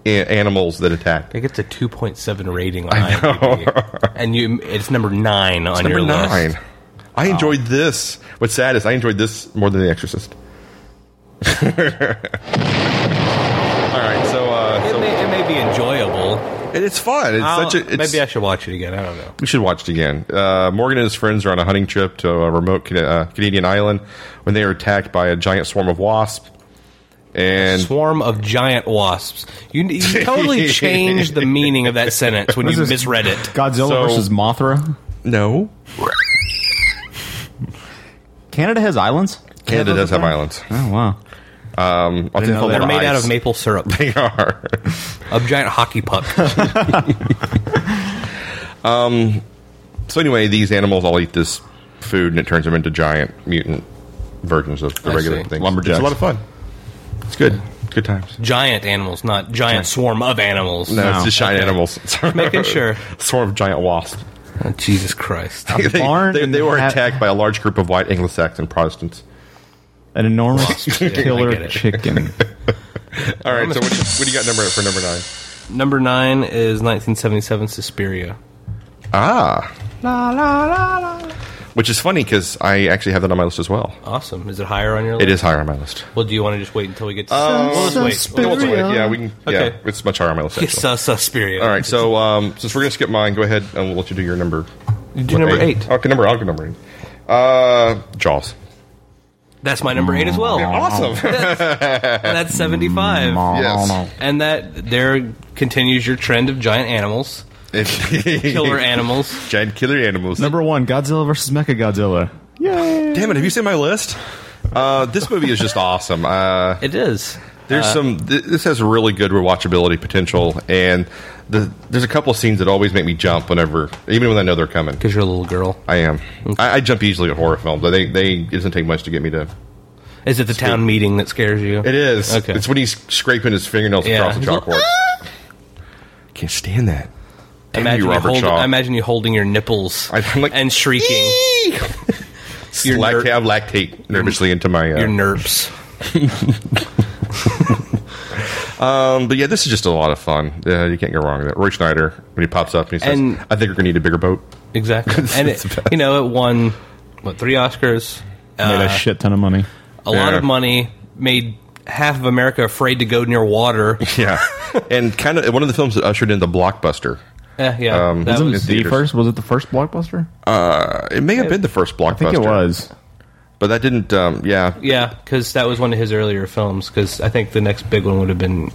S2: a- animals that attacked.
S4: It gets a two point seven rating on IMDb, and you it's number nine on
S2: Number
S4: your
S2: nine.
S4: list. Oh.
S2: I enjoyed this. What's sad is I enjoyed this more than The
S4: *laughs*
S2: Exorcist. All right, so uh,
S4: It
S2: so
S4: may, it may be enjoyable.
S2: and it's fun. It's
S4: I'll-
S2: such a. It's,
S4: maybe I should watch it again. I don't know.
S2: we should watch it again. Uh, Morgan and his friends are on a hunting trip to a remote Can- uh, Canadian island when they are attacked by a giant swarm of wasps. And
S4: Swarm of giant wasps. You,
S2: *laughs*
S4: you totally changed the meaning of that sentence when you
S3: This is-
S4: misread it.
S3: Godzilla
S2: So-
S3: versus Mothra.
S2: no,
S3: Canada has islands.
S2: Canada does have islands.
S3: Oh wow.
S2: Um, I think
S3: know that.
S4: They're made out of
S2: maple.
S4: maple syrup.
S2: *laughs* They are.
S4: A giant hockey *laughs* puck.
S2: So anyway, these animals all eat this food, and it turns them into giant mutant versions of the
S4: I
S2: regular
S4: see.
S2: things.
S3: Lumberjacks.
S2: It's a lot of fun. It's good. Good times.
S4: giant animals, not giant swarm of animals.
S2: No, it's
S3: No.
S2: just giant animals. *laughs*
S4: Making sure.
S2: Swarm of giant wasps.
S4: Oh, Jesus Christ.
S2: *laughs* They,
S3: barn
S2: they-
S3: and
S2: they were
S3: ha-
S2: attacked by a large group of white Anglo-Saxon Protestants. *laughs*
S3: An enormous
S4: Lost. Yeah, I get
S3: killer
S4: it.
S3: chicken.
S2: All right, so what, what do you got number for number nine?
S4: Number nine is 1977 Suspiria.
S2: Ah, which is funny because I actually have that on my list as well.
S4: Awesome. Is it higher on your list?
S2: It is higher on my list.
S4: Well, do you want to just wait until we get to
S2: Oh,
S4: Well, let's wait.
S2: Let's wait, Yeah, we can.
S4: Okay.
S2: Yeah, it's much higher on my list. Actually.
S4: Yes, uh, Suspiria.
S2: All right, so um, since we're gonna skip mine, go ahead and we'll let you do your number.
S4: You do number eight.
S2: Okay, number. I'll go number eight. Uh, Jaws.
S4: That's my number eight as well.
S2: Awesome. *laughs*
S4: And that's 75.
S2: yes.
S4: And that there continues your trend of giant animals,
S2: *laughs*
S4: killer animals.
S2: Giant killer animals.
S3: Number one, Godzilla versus Mechagodzilla. Yay!
S2: Damn it! Have you seen my list? Uh, this movie is just *laughs* awesome. Uh,
S4: It is. Uh,
S2: There's some. Th- this has really good rewatchability potential, and the, there's a couple of scenes that always make me jump whenever, even when I know they're coming.
S4: Because you're a little girl.
S2: I am. I, I jump easily at horror films. They they it doesn't take much to get me to.
S4: Is it the town meeting that scares you?
S2: It is.
S4: Okay.
S2: It's when he's scraping his fingernails
S4: Yeah.
S2: across the chalkboard. Can't stand that. Damn
S4: Imagine
S2: you,
S4: you,
S2: Robert
S4: hold,
S2: Shaw.
S4: imagine you holding your nipples
S2: *laughs* I- I'm like-
S4: and shrieking
S2: Your
S4: your,
S2: lactate,
S4: ner-
S2: I lactate nervously into my. Uh,
S4: your nerves.
S2: um, but yeah, this is just a lot of fun. Uh, you can't go wrong with it. Roy Schneider when he pops up and he says,
S4: And-
S2: "I think we're gonna need a bigger boat."
S4: Exactly. and
S2: It's
S4: it,
S2: bad.
S4: you know, it won what three Oscars?
S3: Made
S4: Uh,
S3: a shit ton of money.
S4: a lot
S2: Yeah.
S4: of money. Made half of America afraid to go near water. *laughs*
S2: Yeah, *laughs* and kind of one of the films that ushered in the blockbuster.
S4: Eh, yeah,
S2: Um,
S4: that
S2: Wasn't
S4: was,
S2: it the
S3: The
S2: theaters.
S3: first was it the first blockbuster?
S2: Uh, it may have been the first blockbuster.
S3: I think it was.
S2: but that didn't. Um, yeah,
S4: yeah, because that was one of his earlier films. Because I think the next big one would have been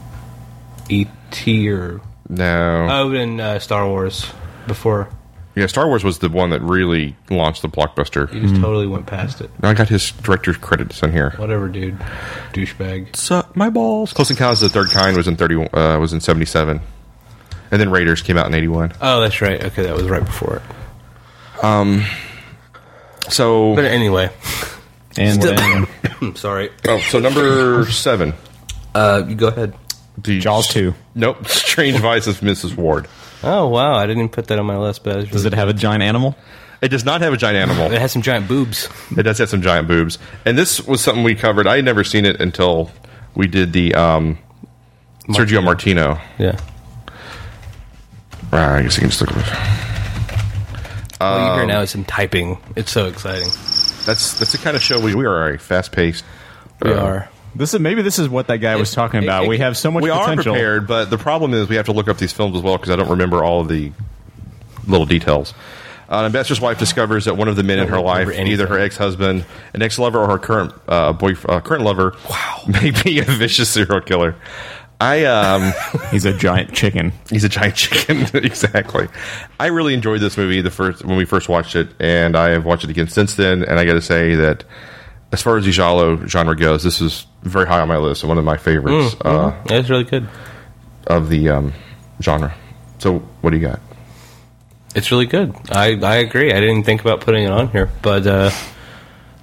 S4: E.T. or
S2: no.
S4: oh, and uh, Star Wars before.
S2: yeah, Star Wars was the one that really launched the blockbuster.
S4: He just totally went past it.
S2: I got his director's credits in here.
S4: Whatever, dude, douchebag.
S2: Suck my balls. Close Encounters of the Third Kind was in thirty. Uh, was in seventy seven, and then Raiders came out in eighty one.
S4: Oh, that's right. Okay, that was right before it.
S2: So,
S4: But anyway,
S3: And then
S4: I'm *coughs* sorry.
S2: oh, so
S3: *laughs*
S2: number seven,
S4: Uh, you go ahead.
S2: the
S3: Jaws two.
S2: Nope, *laughs* Strange Vices, of Mrs. Ward.
S4: Oh wow, I didn't even put that on my list, but I was
S3: Does it have a giant animal?
S2: It does not have a giant animal.
S3: *laughs*
S4: It has some giant boobs.
S2: It does have some giant boobs. And this was something we covered. I had never seen it until we did the um, Sergio Martino.
S4: Yeah.
S2: Uh, I guess you can just look. at it.
S4: All you hear
S3: Um,
S4: now is him typing. It's so exciting.
S2: That's that's the kind of show we we are a fast paced.
S4: We are.
S3: This is maybe this is what that guy was talking
S4: it-
S3: about.
S4: it-
S3: we have so much
S2: We are
S3: potential.
S2: prepared, but the problem is we have to look up these films as well because I don't remember all of the little details. Uh, an investor's wife discovers that one of the men in her life,
S4: remember anything.
S2: either her ex-husband, an ex-lover, or her current uh, boyfriend, uh, current lover, wow. *laughs* may be a vicious serial killer. I
S4: *laughs*
S2: um.
S3: He's a giant chicken.
S2: He's a giant chicken. *laughs* exactly. I really enjoyed this movie the first when we first watched it, and I have watched it again since then. And I got to say that, as far as the giallo genre goes, this is very high on my list and one of my favorites
S3: Mm,
S2: uh,
S4: That's really good.
S2: of the um, genre. So, what do you got?
S4: It's really good. I, I agree. I didn't think about putting it on here, but uh,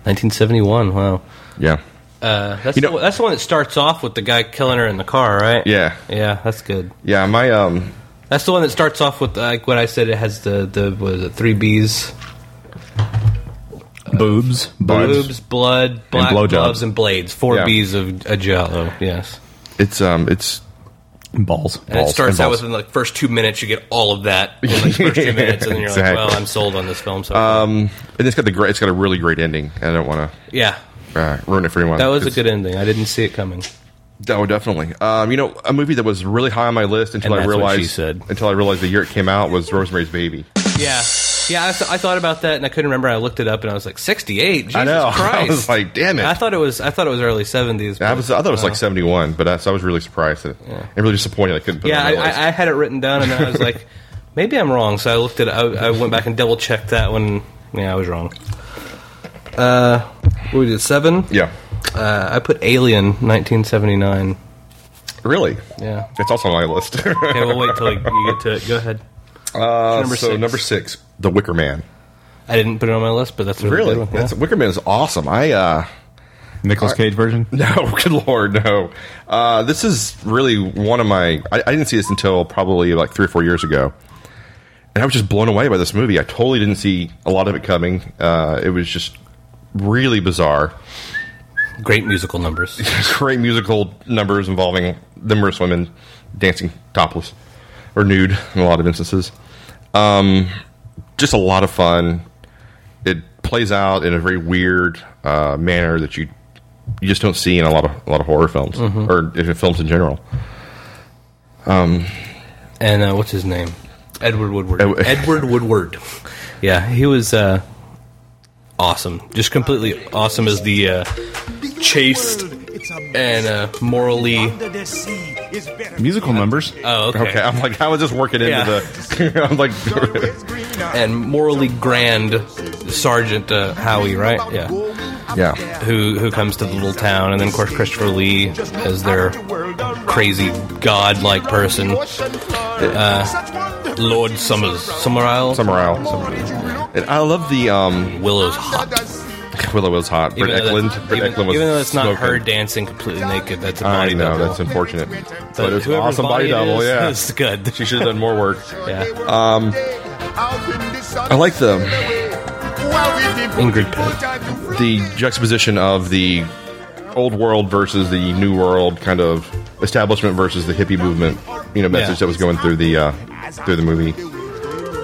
S4: 1971. Wow.
S2: Yeah,
S4: Uh, that's,
S2: You know-
S4: the, one- that's the one that starts off with the guy killing her in the car, right?
S2: yeah,
S4: Yeah, that's good.
S2: yeah. My um,
S4: That's the one that starts off with like what I said. It has the the what is it? Three B's,
S3: Boobs,
S4: boobs, blood, black
S3: blowjobs.
S4: gloves, and blades. Four
S2: Yeah.
S4: B's of a Jello. Yes.
S2: it's um, it's
S3: balls.
S4: And it
S2: Balls
S4: starts
S2: and
S4: out
S2: balls.
S4: within like first two minutes, you get all
S2: *laughs*
S4: of that in like, the first two minutes, and then you're
S2: Exactly.
S4: like, "Well, I'm sold on this film." So
S2: um, and it's got the great, it's got a really great ending. I don't want
S4: yeah,
S2: to uh, ruin it for anyone.
S4: that was a
S2: It's-
S4: good ending. I didn't see it coming.
S2: Oh, definitely. Um, you know, a movie that was really high on my list until
S4: And
S2: I
S4: that's what
S2: realized
S4: she said.
S2: until I realized the year it came out was Rosemary's Baby.
S4: Yeah, yeah. I, th- I thought about that, and I couldn't remember. I looked it up, and I was like, "68." Jesus
S2: I know. *laughs*
S4: Christ.
S2: I was like, damn it.
S4: I thought it was. I thought it was early 70s.
S2: I
S4: but-
S2: was. I thought it was like seventy one, but I, so I was really surprised and, and really disappointed I couldn't put
S4: yeah, I,
S2: it on my list.
S4: I, I had it written down, and then I was like, *laughs* "Maybe I'm wrong." So I looked at. I, I went back and double checked that one. Yeah, I was wrong. Uh, what we did seven.
S2: yeah,
S4: Uh, I put Alien 1979.
S2: really.
S4: Yeah.
S2: It's also on my list.
S4: Okay, we'll wait till you get to it. Go ahead.
S2: *laughs* Uh,
S4: number
S2: so
S4: six.
S2: number six, The Wicker Man.
S4: I didn't put it on my list, but that's a really,
S2: Really,
S4: good one, yeah.
S2: That's, Wicker Man is awesome. I uh, *laughs*
S3: Nicholas Cage version.
S2: No, good lord, no. Uh, this is really one of my. I, I didn't see this until probably like three or four years ago, and I was just blown away by this movie. I totally didn't see a lot of it coming. Uh, it was just really bizarre.
S4: Great musical numbers.
S2: great musical numbers involving numerous women dancing topless or nude in a lot of instances. Um, just a lot of fun. It plays out in a very weird uh, manner that you you just don't see in a lot of a lot of horror films
S4: Mm-hmm.
S2: or in films in general.
S4: and uh, what's his name? Edward Woodward. *laughs*
S2: Ed-
S4: Edward Woodward. Yeah, he was uh, awesome. Just completely awesome as the uh, chaste and uh, morally.
S3: Musical numbers.
S4: Oh, okay.
S2: Okay, *laughs* I'm like, how is this working into
S4: Yeah.
S2: the? *laughs* I'm like,
S4: And morally grand Sergeant uh, Howie, right? Yeah.
S2: yeah,
S4: Who who comes to the little town, and then of course Christopher Lee as their crazy godlike person, uh, Lord Summers Summerisle.
S2: Summer Isle. Summer Isle. And I love the um,
S4: Willow's hot.
S2: Willow was hot. Britt
S4: Even though that's-
S2: Eklund. Britt
S4: even-
S2: Eklund was
S4: Even though it's not
S2: smoking.
S4: her dancing completely naked, that's a
S2: I
S4: body
S2: know
S4: double.
S2: that's unfortunate,
S4: But
S2: but it's an
S4: whoever's
S2: awesome body,
S4: it
S2: double.
S4: *laughs* is,
S2: yeah,
S4: it's good.
S2: she should have done more work.
S4: *laughs* Yeah. Uh,
S2: Um, I like the
S4: Ingrid Pitt.
S2: the juxtaposition of the old world versus the new world kind of establishment versus the hippie movement. You know, message
S4: Yeah.
S2: that was going through the uh, through the movie.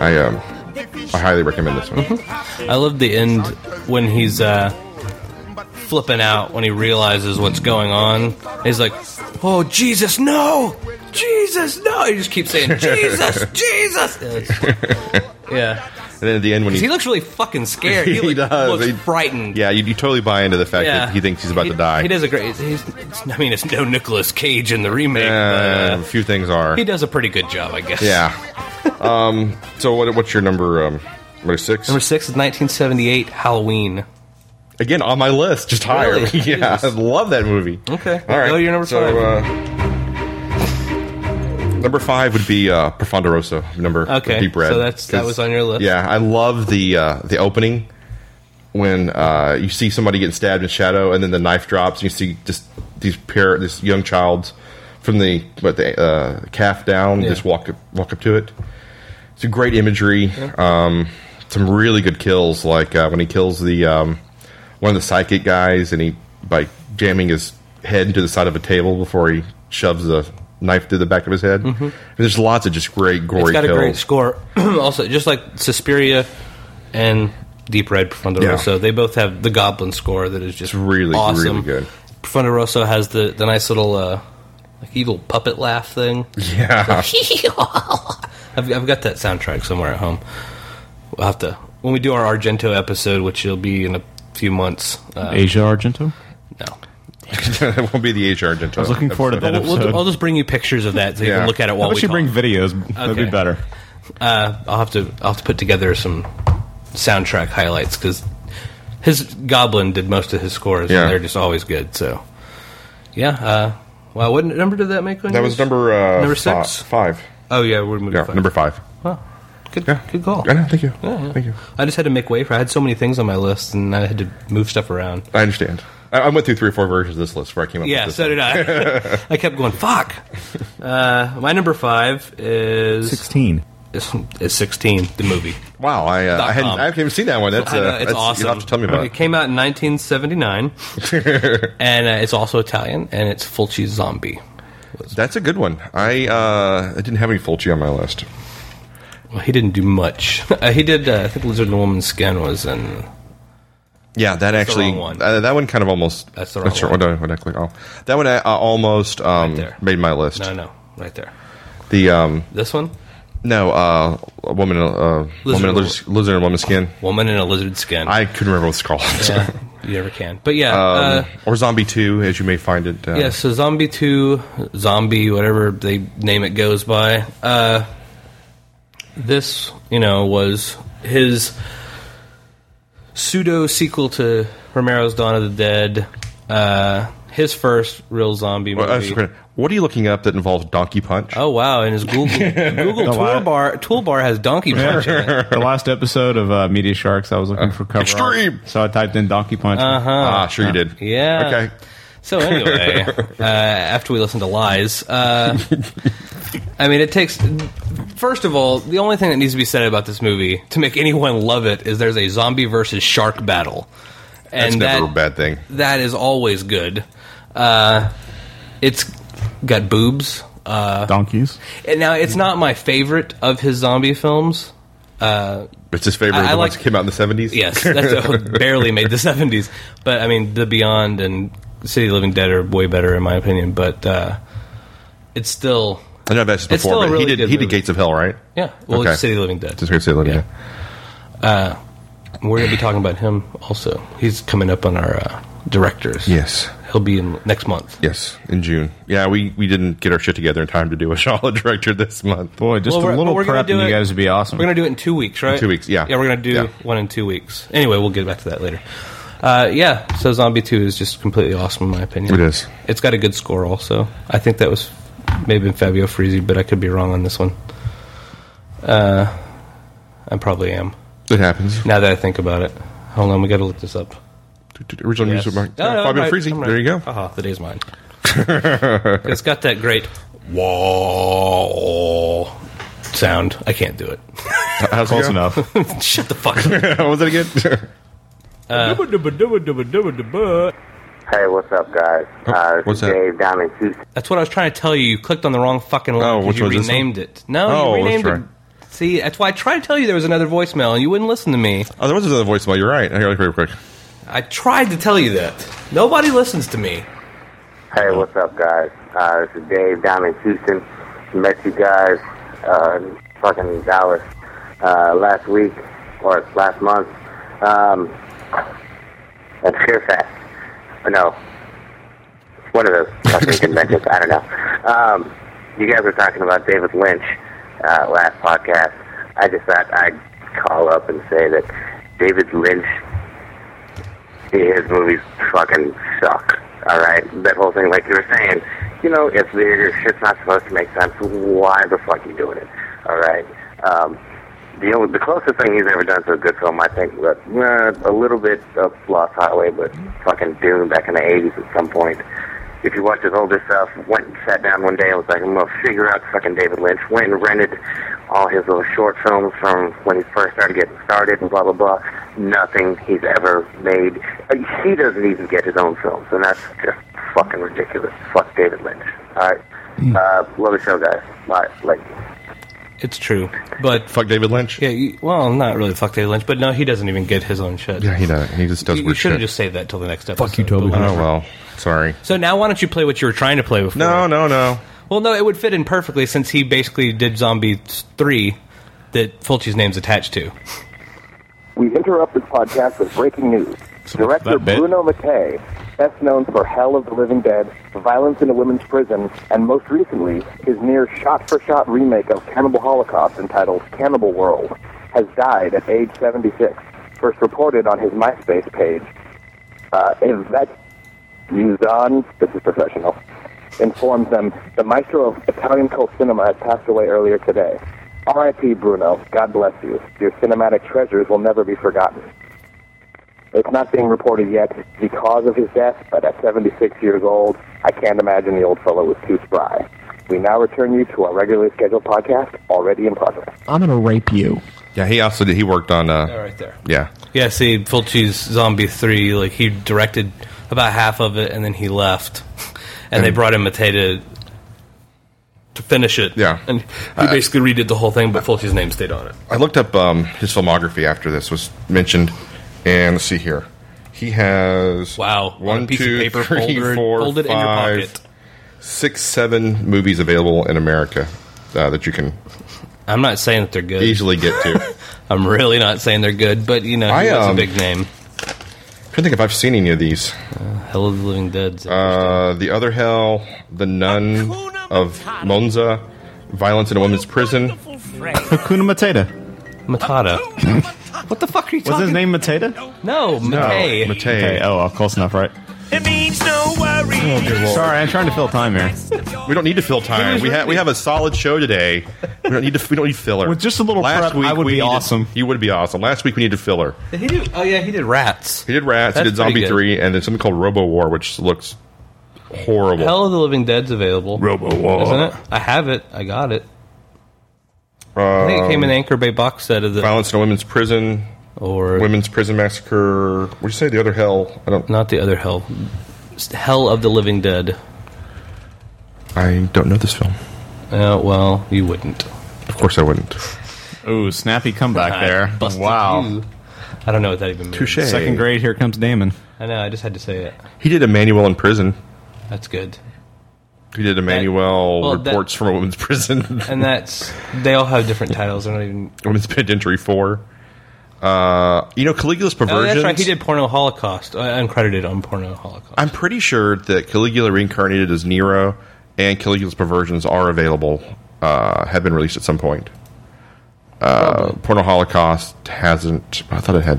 S2: I um, I highly recommend this one.
S4: Mm-hmm. I love the end when he's uh, flipping out when he realizes what's going on. He's like, "Oh Jesus, no! Jesus, no!" He just
S2: *laughs*
S4: keeps saying, "Jesus, Jesus." Yeah, it's- Yeah,
S2: And then at the end, when
S4: 'Cause
S2: he,
S4: he looks really fucking scared.
S2: *laughs*
S4: He,
S2: He
S4: like,
S2: does.
S4: looks
S2: He-
S4: frightened.
S2: yeah, you, you totally buy into the fact that he thinks he's about
S4: He-
S2: to die.
S4: He does a great. He's, it's- I mean, it's no Nicolas Cage in the remake.
S2: Uh, a
S4: but, uh,
S2: few things are.
S4: he does a pretty good job, I guess.
S2: Yeah. um. So what? What's your number? Um. Number six.
S4: Number six is 1978 Halloween.
S2: Again, on my list, just higher. *laughs*
S4: Really?
S2: yeah, I
S4: Jesus.
S2: love that movie.
S4: Okay.
S2: All right.
S4: Go to your number
S2: so,
S4: five.
S2: Uh, number five would be uh, Profondoroso. Number
S4: Okay,
S2: Deep Red.
S4: so that's- that
S2: 'Cause-
S4: was on your list.
S2: Yeah, I love the uh, the opening when uh, you see somebody getting stabbed in shadow, and then the knife drops, and you see just these pair, this young child from the what the uh, calf down,
S4: Yeah.
S2: just walk up, walk up to it. It's a great imagery. Um, some really good kills, like uh, when he kills the um, one of the psychic guys, and he by jamming his head into the side of a table before he shoves the knife through the back of his head. And there's lots of just great gory
S4: Mm-hmm. It's got
S2: kills.
S4: a great score. *clears throat* also, just like Suspiria and Deep Red Profondoroso,
S2: Yeah.
S4: they both have the Goblin score that is just
S2: really,
S4: awesome.
S2: really good.
S4: Profondoroso has the, the nice little uh, like evil puppet laugh thing.
S2: Yeah.
S4: *laughs* I've, I've got that soundtrack somewhere at home. We'll have to when we do our Argento episode, which will be in a few months. Uh,
S3: Asia Argento.
S4: no.
S2: *laughs* it won't be the Age Argento. I was
S3: looking forward to that
S4: We'll, we'll,
S3: Episode.
S4: I'll just bring you pictures of that so you
S2: Yeah.
S4: can look at it
S3: Why
S4: while
S3: don't
S4: we
S3: you
S4: talk.
S3: bring videos? That'd be
S4: Okay.
S3: better.
S4: uh, I'll have to I'll have to put together some soundtrack highlights because his Goblin did most of his scores
S2: Yeah.
S4: and they're just always good. So yeah, uh, wow, what number did that make? On
S2: That
S4: yours?
S2: was number uh,
S4: Number
S2: fi-
S4: six?
S2: five.
S4: Oh yeah, we're moving.
S2: Yeah,
S4: five.
S2: number five.
S4: Wow, good
S2: Yeah.
S4: good call.
S2: I know. Thank you.
S4: Yeah, yeah.
S2: Thank you.
S4: I just had to make way for. I had so many things on my list, and I had to move stuff around.
S2: I understand. I, I went through three or four versions of this list before I came up.
S4: Yeah,
S2: with this
S4: so
S2: *laughs*
S4: did I. I kept going. Fuck. Uh, my number five is
S1: 16.
S4: is, is sixteen. The movie.
S2: Wow, I, uh,
S4: Dot
S2: I, hadn't,
S4: com.
S2: I haven't even seen that one. That's,
S4: I know,
S2: uh,
S4: it's
S2: that's-
S4: awesome.
S2: You'll have to tell me about
S4: It
S2: it.
S4: came out
S2: *laughs*
S4: in 1979, and uh, it's also Italian, and it's Fulci Zombie.
S2: That's a good one. I uh, I didn't have any Fulci on my list.
S4: Well, he didn't do much. *laughs* Uh, he did. Uh, I think Lizard in a Woman's Skin was in.
S2: Yeah, that
S4: That's the
S2: actually
S4: wrong one.
S2: Uh, that one kind of almost
S4: That's the wrong
S2: right,
S4: one.
S2: What, did I- what did I click on? That one I, I almost um,
S4: there.
S2: made my list.
S4: No, no, right there.
S2: The um,
S4: This one,
S2: no uh, a woman uh,
S4: Lizard
S2: woman
S4: Woman.
S2: lizard, lizard and woman's skin.
S4: Woman in a Lizard Skin.
S2: I couldn't remember what it's called.
S4: yeah, you never can. But yeah,
S2: um,
S4: uh,
S2: *laughs* or Zombie Two, as you may find it. Uh,
S4: Yeah, so Zombie 2, Zombie, whatever they name it goes by. Uh, this, you know, was his pseudo sequel to Romero's Dawn of the Dead. Uh, his first real zombie
S2: Well,
S4: movie.
S2: I was gonna- What are you looking up that involves Donkey Punch?
S4: Oh wow! And
S2: *laughs*
S4: his Google Google toolbar toolbar has Donkey Punch in it.
S3: *laughs* the last episode of uh, Media Sharks, I was looking for cover. art.
S2: Extreme!
S3: So I typed in Donkey Punch.
S4: Uh-huh.
S2: ah, sure you did. *laughs*
S4: Yeah.
S2: Okay. *laughs*
S4: So anyway, uh, after we listen to lies, uh, I mean, it takes. First of all, the only thing that needs to be said about this movie to make anyone love it is there's a zombie versus shark battle,
S2: That's
S4: and
S2: never
S4: that-
S2: a bad thing.
S4: that is always good. Uh, it's got boobs. Uh,
S3: Donkeys.
S4: and now it's not my favorite of his zombie films. Uh,
S2: It's his favorite.
S4: I- I
S2: the ones
S4: like-
S2: that came out in the seventies.
S4: yes, that's barely made the seventies. But I mean, The Beyond and City of the Living Dead are way better in my opinion. But uh, it's still
S2: *laughs* I know I've asked this
S4: It's still
S2: before,
S4: a
S2: but
S4: really
S2: he did.
S4: good
S2: He did
S4: movie.
S2: Gates of Hell, right?
S4: yeah. Well,
S2: Okay.
S4: it's City of the Living Dead.
S2: Just heard say that. Yeah.
S4: We're gonna be talking about him also. He's coming up on our uh, directors.
S2: Yes.
S4: he'll be in next month.
S2: Yes. In June. Yeah, we we didn't get our shit together in time to do a *laughs* Charlotte director this month.
S3: Boy, just
S4: Well, we're-
S3: a
S4: but
S3: little
S4: we're gonna
S3: prep
S4: do
S3: and you
S4: it-
S3: guys would be awesome.
S4: We're gonna do it in two weeks, right?
S2: two weeks, yeah.
S4: Yeah, we're gonna do
S2: Yeah.
S4: one in two weeks. Anyway, we'll get back to that later. Uh, yeah, so Zombie Two is just completely awesome in my opinion.
S2: It is.
S4: It's got a good score also. I think that was maybe Fabio Frizzi, but I could be wrong on this one. Uh, I probably am.
S2: It happens.
S4: Now that I think about it, hold on, we got to look this up.
S2: Original music by
S4: No, no, I'm
S2: Fabio
S4: right,
S2: Frizzi.
S4: I'm right.
S2: There you go.
S4: Haha, the
S2: *laughs*
S4: day's mine. it's got that great wall sound. I can't do it. *laughs*
S2: How's *laughs*
S3: Close enough.
S4: Shut the fuck up.
S2: was that *laughs* again?
S9: Hey, what's up, guys?
S2: Oh,
S9: uh, this
S2: what's
S9: is
S2: that?
S9: Dave down in Houston.
S4: That's what I was trying to tell you. You clicked on the wrong fucking line.
S2: Oh,
S4: 'cause
S2: which
S4: you
S2: was this
S4: renamed it. No,
S2: Oh,
S4: you
S2: that's
S4: renamed
S2: right.
S4: it. See, that's why I tried to tell you there was another voicemail and you wouldn't listen to me.
S2: Oh, there was another voicemail. You're right. Here, look real quick.
S4: I tried to tell you that. Nobody listens to me.
S9: Hey, what's up, guys? Uh, this is Dave down in Houston. Met you guys uh, in fucking Dallas uh, last week or last month. Um, at Fear Fest. No, one of those fucking conventions. I don't know. Um, you guys were talking about David Lynch uh, last podcast. I just thought I'd call up and say that David Lynch, his movies fucking suck. All right, that whole thing, like you were saying, you know, if the shit's not supposed to make sense, why the fuck you doing it? All right. Um, the only, the closest thing he's ever done to a good film, I think, was uh, a little bit of Lost Highway, but fucking Dune back in the '80s at some point if you watch his older stuff, went and sat down one day and was like, I'm gonna figure out fucking David Lynch. Went and rented all his little short films from when he first started getting started and blah blah blah. Nothing he's ever made. Uh, He doesn't even get his own films, and that's just fucking ridiculous. Fuck David Lynch. All right, uh, love the show, guys. Bye. Like.
S4: It's true. But
S2: Fuck David Lynch.
S4: yeah, you, well, not really fuck David Lynch, but no, he doesn't even get his own shit.
S2: Yeah, he does. He just does
S4: you you
S2: weird
S4: should
S2: shit.
S4: have just saved that till the next episode.
S5: you, Toby.
S4: but
S2: oh
S4: whatever.
S2: well. Sorry.
S4: So now why don't you play what you were trying to play before?
S2: No, no, no.
S4: Well, no, it would fit in perfectly since he basically did Zombie 3 that Fulci's name's attached to.
S9: We interrupt this podcast with breaking news. Director
S3: that bit?
S9: Bruno Mattei, best known for Hell of the Living Dead, Violence in a Women's Prison, and most recently, his near shot for shot remake of Cannibal Holocaust entitled Cannibal World, has died at age 76, first reported on his MySpace page. Uh, if that used on, this is professional, informs them the maestro of Italian cult cinema has passed away earlier today. R.I.P. Bruno, God bless you. Your cinematic treasures will never be forgotten. It's not being reported yet the cause of his death, but at 76 years old, I can't imagine the old fellow was too spry. We now return you to our regularly scheduled podcast, already in progress.
S5: I'm gonna rape you.
S2: Yeah, he also did. He worked on. Uh,
S4: right there.
S2: Yeah.
S4: Yeah, see, Fulci's Zombie 3, like, he directed about half of it and then he left. *laughs* And they brought in Matei to, to finish it.
S2: Yeah. Uh,
S4: And he basically redid the whole thing, but Fulci's name stayed on it.
S2: I looked up um, his filmography after this was mentioned, and let's see here. He has
S4: Wow. On
S2: one,
S4: a piece
S2: two,
S4: of paper
S2: three,
S4: folded,
S2: four,
S4: folded in your
S2: five,
S4: pocket.
S2: six, seven movies available in America uh, that you can
S4: I'm not saying that they're good.
S2: easily get
S4: *laughs*
S2: to. I
S4: I'm really not saying they're good, but, you know, he
S2: I,
S4: was a
S2: um,
S4: big name.
S2: couldn't think if I've seen any of these.
S4: Hell of the Living Dead's
S2: Uh, the Other Hell, The Nun of Monza, Violence in a Women's Prison.
S3: Hakuna Matata.
S4: Matata. what the fuck are you
S3: Was
S4: talking?
S3: his name Matata?
S4: No, Matei.
S2: Matei.
S3: Hey, oh, well, close enough, right?
S10: It means no worries.
S3: Sorry, I'm trying to fill time here.
S2: We don't need to fill time. We have we have a solid show today. We don't need to we don't need filler.
S3: With just a little prep, I would
S2: we
S3: be
S2: needed-
S3: awesome.
S2: You would be awesome. Last week we needed filler.
S4: Did he do? Oh yeah, he did Rats.
S2: He did rats.
S4: That's
S2: he did zombie
S4: pretty good.
S2: three, and then something called Robo War, which looks horrible.
S4: Hell of the Living Dead's available,
S2: Robo War.
S4: isn't it? I have it. I
S2: Um,
S4: got it. I think it came in Anchor Bay box set of the.
S2: Violence in a women's prison.
S4: or
S2: Women's Prison Massacre. What do you say? The other hell? I don't.
S4: not the other hell, Hell of the Living Dead.
S2: I don't know this film.
S4: Uh, well, you wouldn't.
S2: Of course, I wouldn't.
S3: Ooh, snappy comeback
S4: I
S3: there.
S4: busted
S3: Wow.
S4: you. I don't know what that even means.
S2: Touche.
S3: Second grade, here comes Damon.
S4: I know. I just had to say it.
S2: He did Emmanuel in prison.
S4: That's good.
S2: He did Emmanuel
S4: well, that-
S2: reports from a women's *laughs* prison.
S4: And that's they all have different titles. They're not even.
S2: women's penitentiary four. Uh, you know, Caligula's
S4: Oh,
S2: perversion.
S4: that's right. He did Porno Holocaust. Uh, uncredited on Porno Holocaust.
S2: I'm pretty sure that Caligula reincarnated as Nero and Caligula's perversions are available, uh, have been released at some point. Uh, Porno Holocaust hasn't. I thought it had,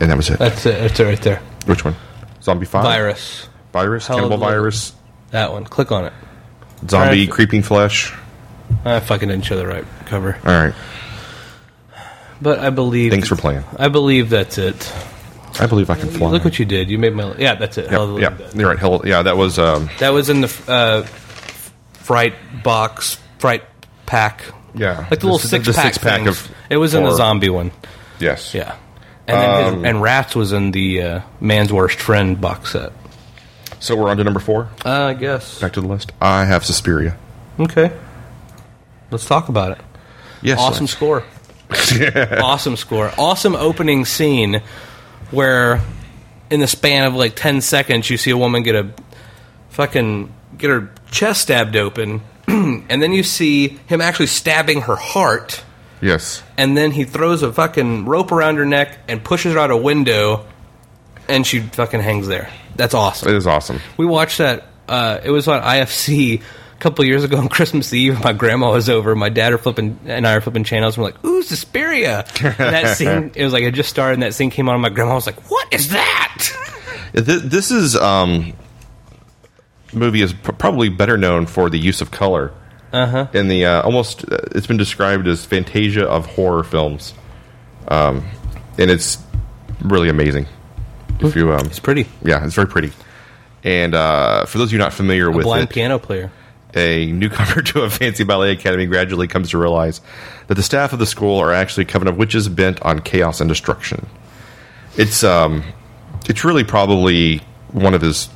S2: and that was it.
S4: That's it. That's it right there.
S2: Which one? Zombie five
S4: Virus.
S2: virus,
S4: Hell of
S2: cannibal
S4: the-
S2: virus,
S4: That one. Click on it.
S2: zombie
S4: Right.
S2: creeping flesh.
S4: I fucking didn't show the right cover.
S2: All right,
S4: But I believe.
S2: thanks for playing.
S4: I believe that's it.
S2: I believe I can fly.
S4: Look what you did. You made my. Yeah, that's it. Hell of the
S2: yeah,
S4: Living Dead.
S2: you're right. Hell, yeah, that was. Um,
S4: That was in the uh, fright box, fright pack.
S2: Yeah.
S4: like the little
S2: The- the-
S4: six
S2: the
S4: pack.
S2: six-pack
S4: things.
S2: of
S4: it was in the
S2: horror. Um,
S4: zombie one.
S2: yes.
S4: Yeah, and then his, and rats was in the uh, man's worst friend box set.
S2: So we're on to number four.
S4: Uh, I guess.
S2: Back to the list. I have Suspiria.
S4: Okay, let's talk about it.
S2: Yes.
S4: Awesome
S2: Lex.
S4: score. Awesome score. Awesome opening scene where, in the span of like 10 seconds, you see a woman get a fucking get her chest stabbed open, *clears throat* and then you see him actually stabbing her heart,
S2: Yes.
S4: and then he throws a fucking rope around her neck and pushes her out a window, and she fucking hangs there. That's
S2: It
S4: awesome.
S2: is awesome.
S4: We watched that. Uh, it was on IFC a couple years ago on *laughs* Christmas Eve. My grandma was over. My dad are flipping and I are flipping channels. And we're like, "Ooh, Suspiria!" And
S2: *laughs*
S4: that scene. It was like it just started, and that scene came on. And my grandma was like, "What is that?"
S2: Th- This is um, movie is pr- probably better known for the use of color. Uh-huh. In the uh, almost, uh, it's been described as Fantasia of horror films, um, and it's really amazing. If you, um,
S4: It's pretty.
S2: yeah, it's very pretty. And uh, for those of you not familiar with
S4: Blind
S2: it,
S4: piano player.
S2: a newcomer *laughs* to a fancy ballet academy gradually comes to realize that the staff of the school are actually a coven of witches bent on chaos and destruction. It's um, it's really probably one of his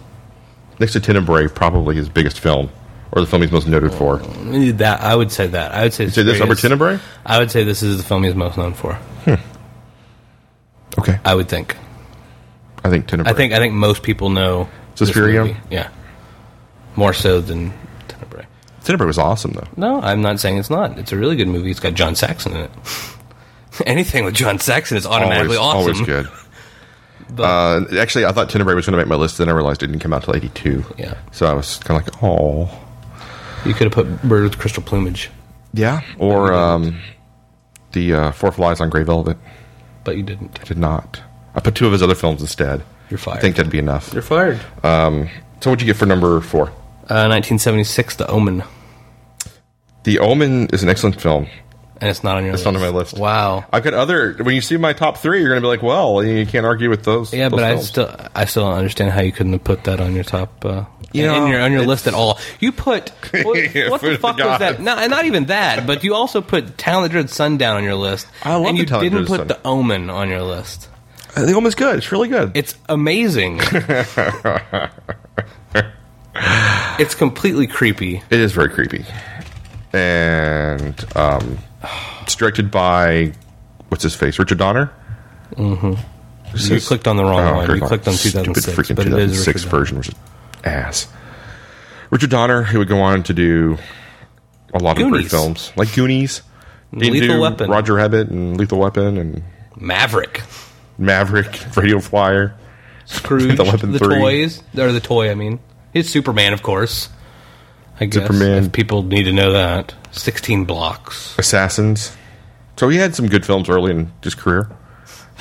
S2: next to Tenebrae, probably his biggest film or the film he's most noted for.
S4: Oh, That I would say that. I would say.
S2: Say this
S4: Suspiria
S2: number
S4: is-
S2: Tenebrae?
S4: I would say this is the film he's most known for.
S2: Okay,
S4: I would think.
S2: I think Tenebrae.
S4: I think. I think most people know this
S2: Suspiria?
S4: movie. Yeah. More so than Tenebrae.
S2: Tenebrae was awesome though.
S4: No, I'm not saying it's not. It's a really good movie. It's got John Saxon in it. *laughs* Anything with John Saxon is automatically awesome.
S2: always
S4: *laughs*
S2: good. uh, actually, I thought Tenebrae was going to make my list, then I realized it didn't come out till '82.
S4: Yeah.
S2: so I was kind of like, oh.
S4: You could have put Bird with Crystal Plumage,
S2: Yeah, or um, the uh, Four Flies on Grey Velvet.
S4: but you didn't.
S2: Did not. I put two of his other films instead.
S4: You're fired.
S2: I think that'd be enough.
S4: You're fired.
S2: so what'd you get for number four?
S4: Uh, 1976, The Omen,
S2: The Omen is an excellent film.
S4: and it's not on your
S2: It's
S4: list.
S2: not on my list.
S4: Wow.
S2: I've got other. When you see my top three, you're gonna be like, "Well, you can't argue with those."
S4: Yeah,
S2: those
S4: but I
S2: films.
S4: still, I still don't understand how you couldn't have put that on your top, uh,
S2: You know,
S4: in your on your
S2: it's-
S4: list at all.
S2: *laughs*
S4: You put what,
S2: Yeah,
S4: what
S2: food
S4: the
S2: of
S4: fuck
S2: the
S4: was that?
S2: gods.
S4: No, and not even that. But you also put Talented Sundown on your list,
S2: I love
S4: and
S2: The
S4: you
S2: Talented
S4: didn't put
S2: Sun.
S4: The Omen on your list.
S2: Uh, The Omen's good. It's really good.
S4: It's
S2: *laughs*
S4: amazing. it's completely creepy.
S2: it is very creepy, and um, it's directed by what's his face, Richard Donner. Mm-hmm.
S4: You clicked on the wrong
S2: Oh,
S4: one.
S2: good
S4: You
S2: lord.
S4: clicked on
S2: Stupid
S4: 2006,
S2: freaking
S4: but it is
S2: 2006
S4: Richard Donner.
S2: version, which is ass. Richard Donner, who would go on to do a lot of great
S4: Goonies.
S2: films, like Goonies, He
S4: Lethal
S2: do
S4: Weapon.
S2: Roger Rabbit, and Lethal Weapon, and
S4: Maverick,
S2: Maverick, *laughs* Radio Flyer.
S4: Scrooge,
S2: The
S4: *laughs* the,
S2: Weapon three.
S4: toys, or the toy. I mean, it's Superman, of course. I guess
S2: Superman.
S4: if people need to know that. 16 blocks.
S2: Assassins. So he had some good films early in his career. *laughs*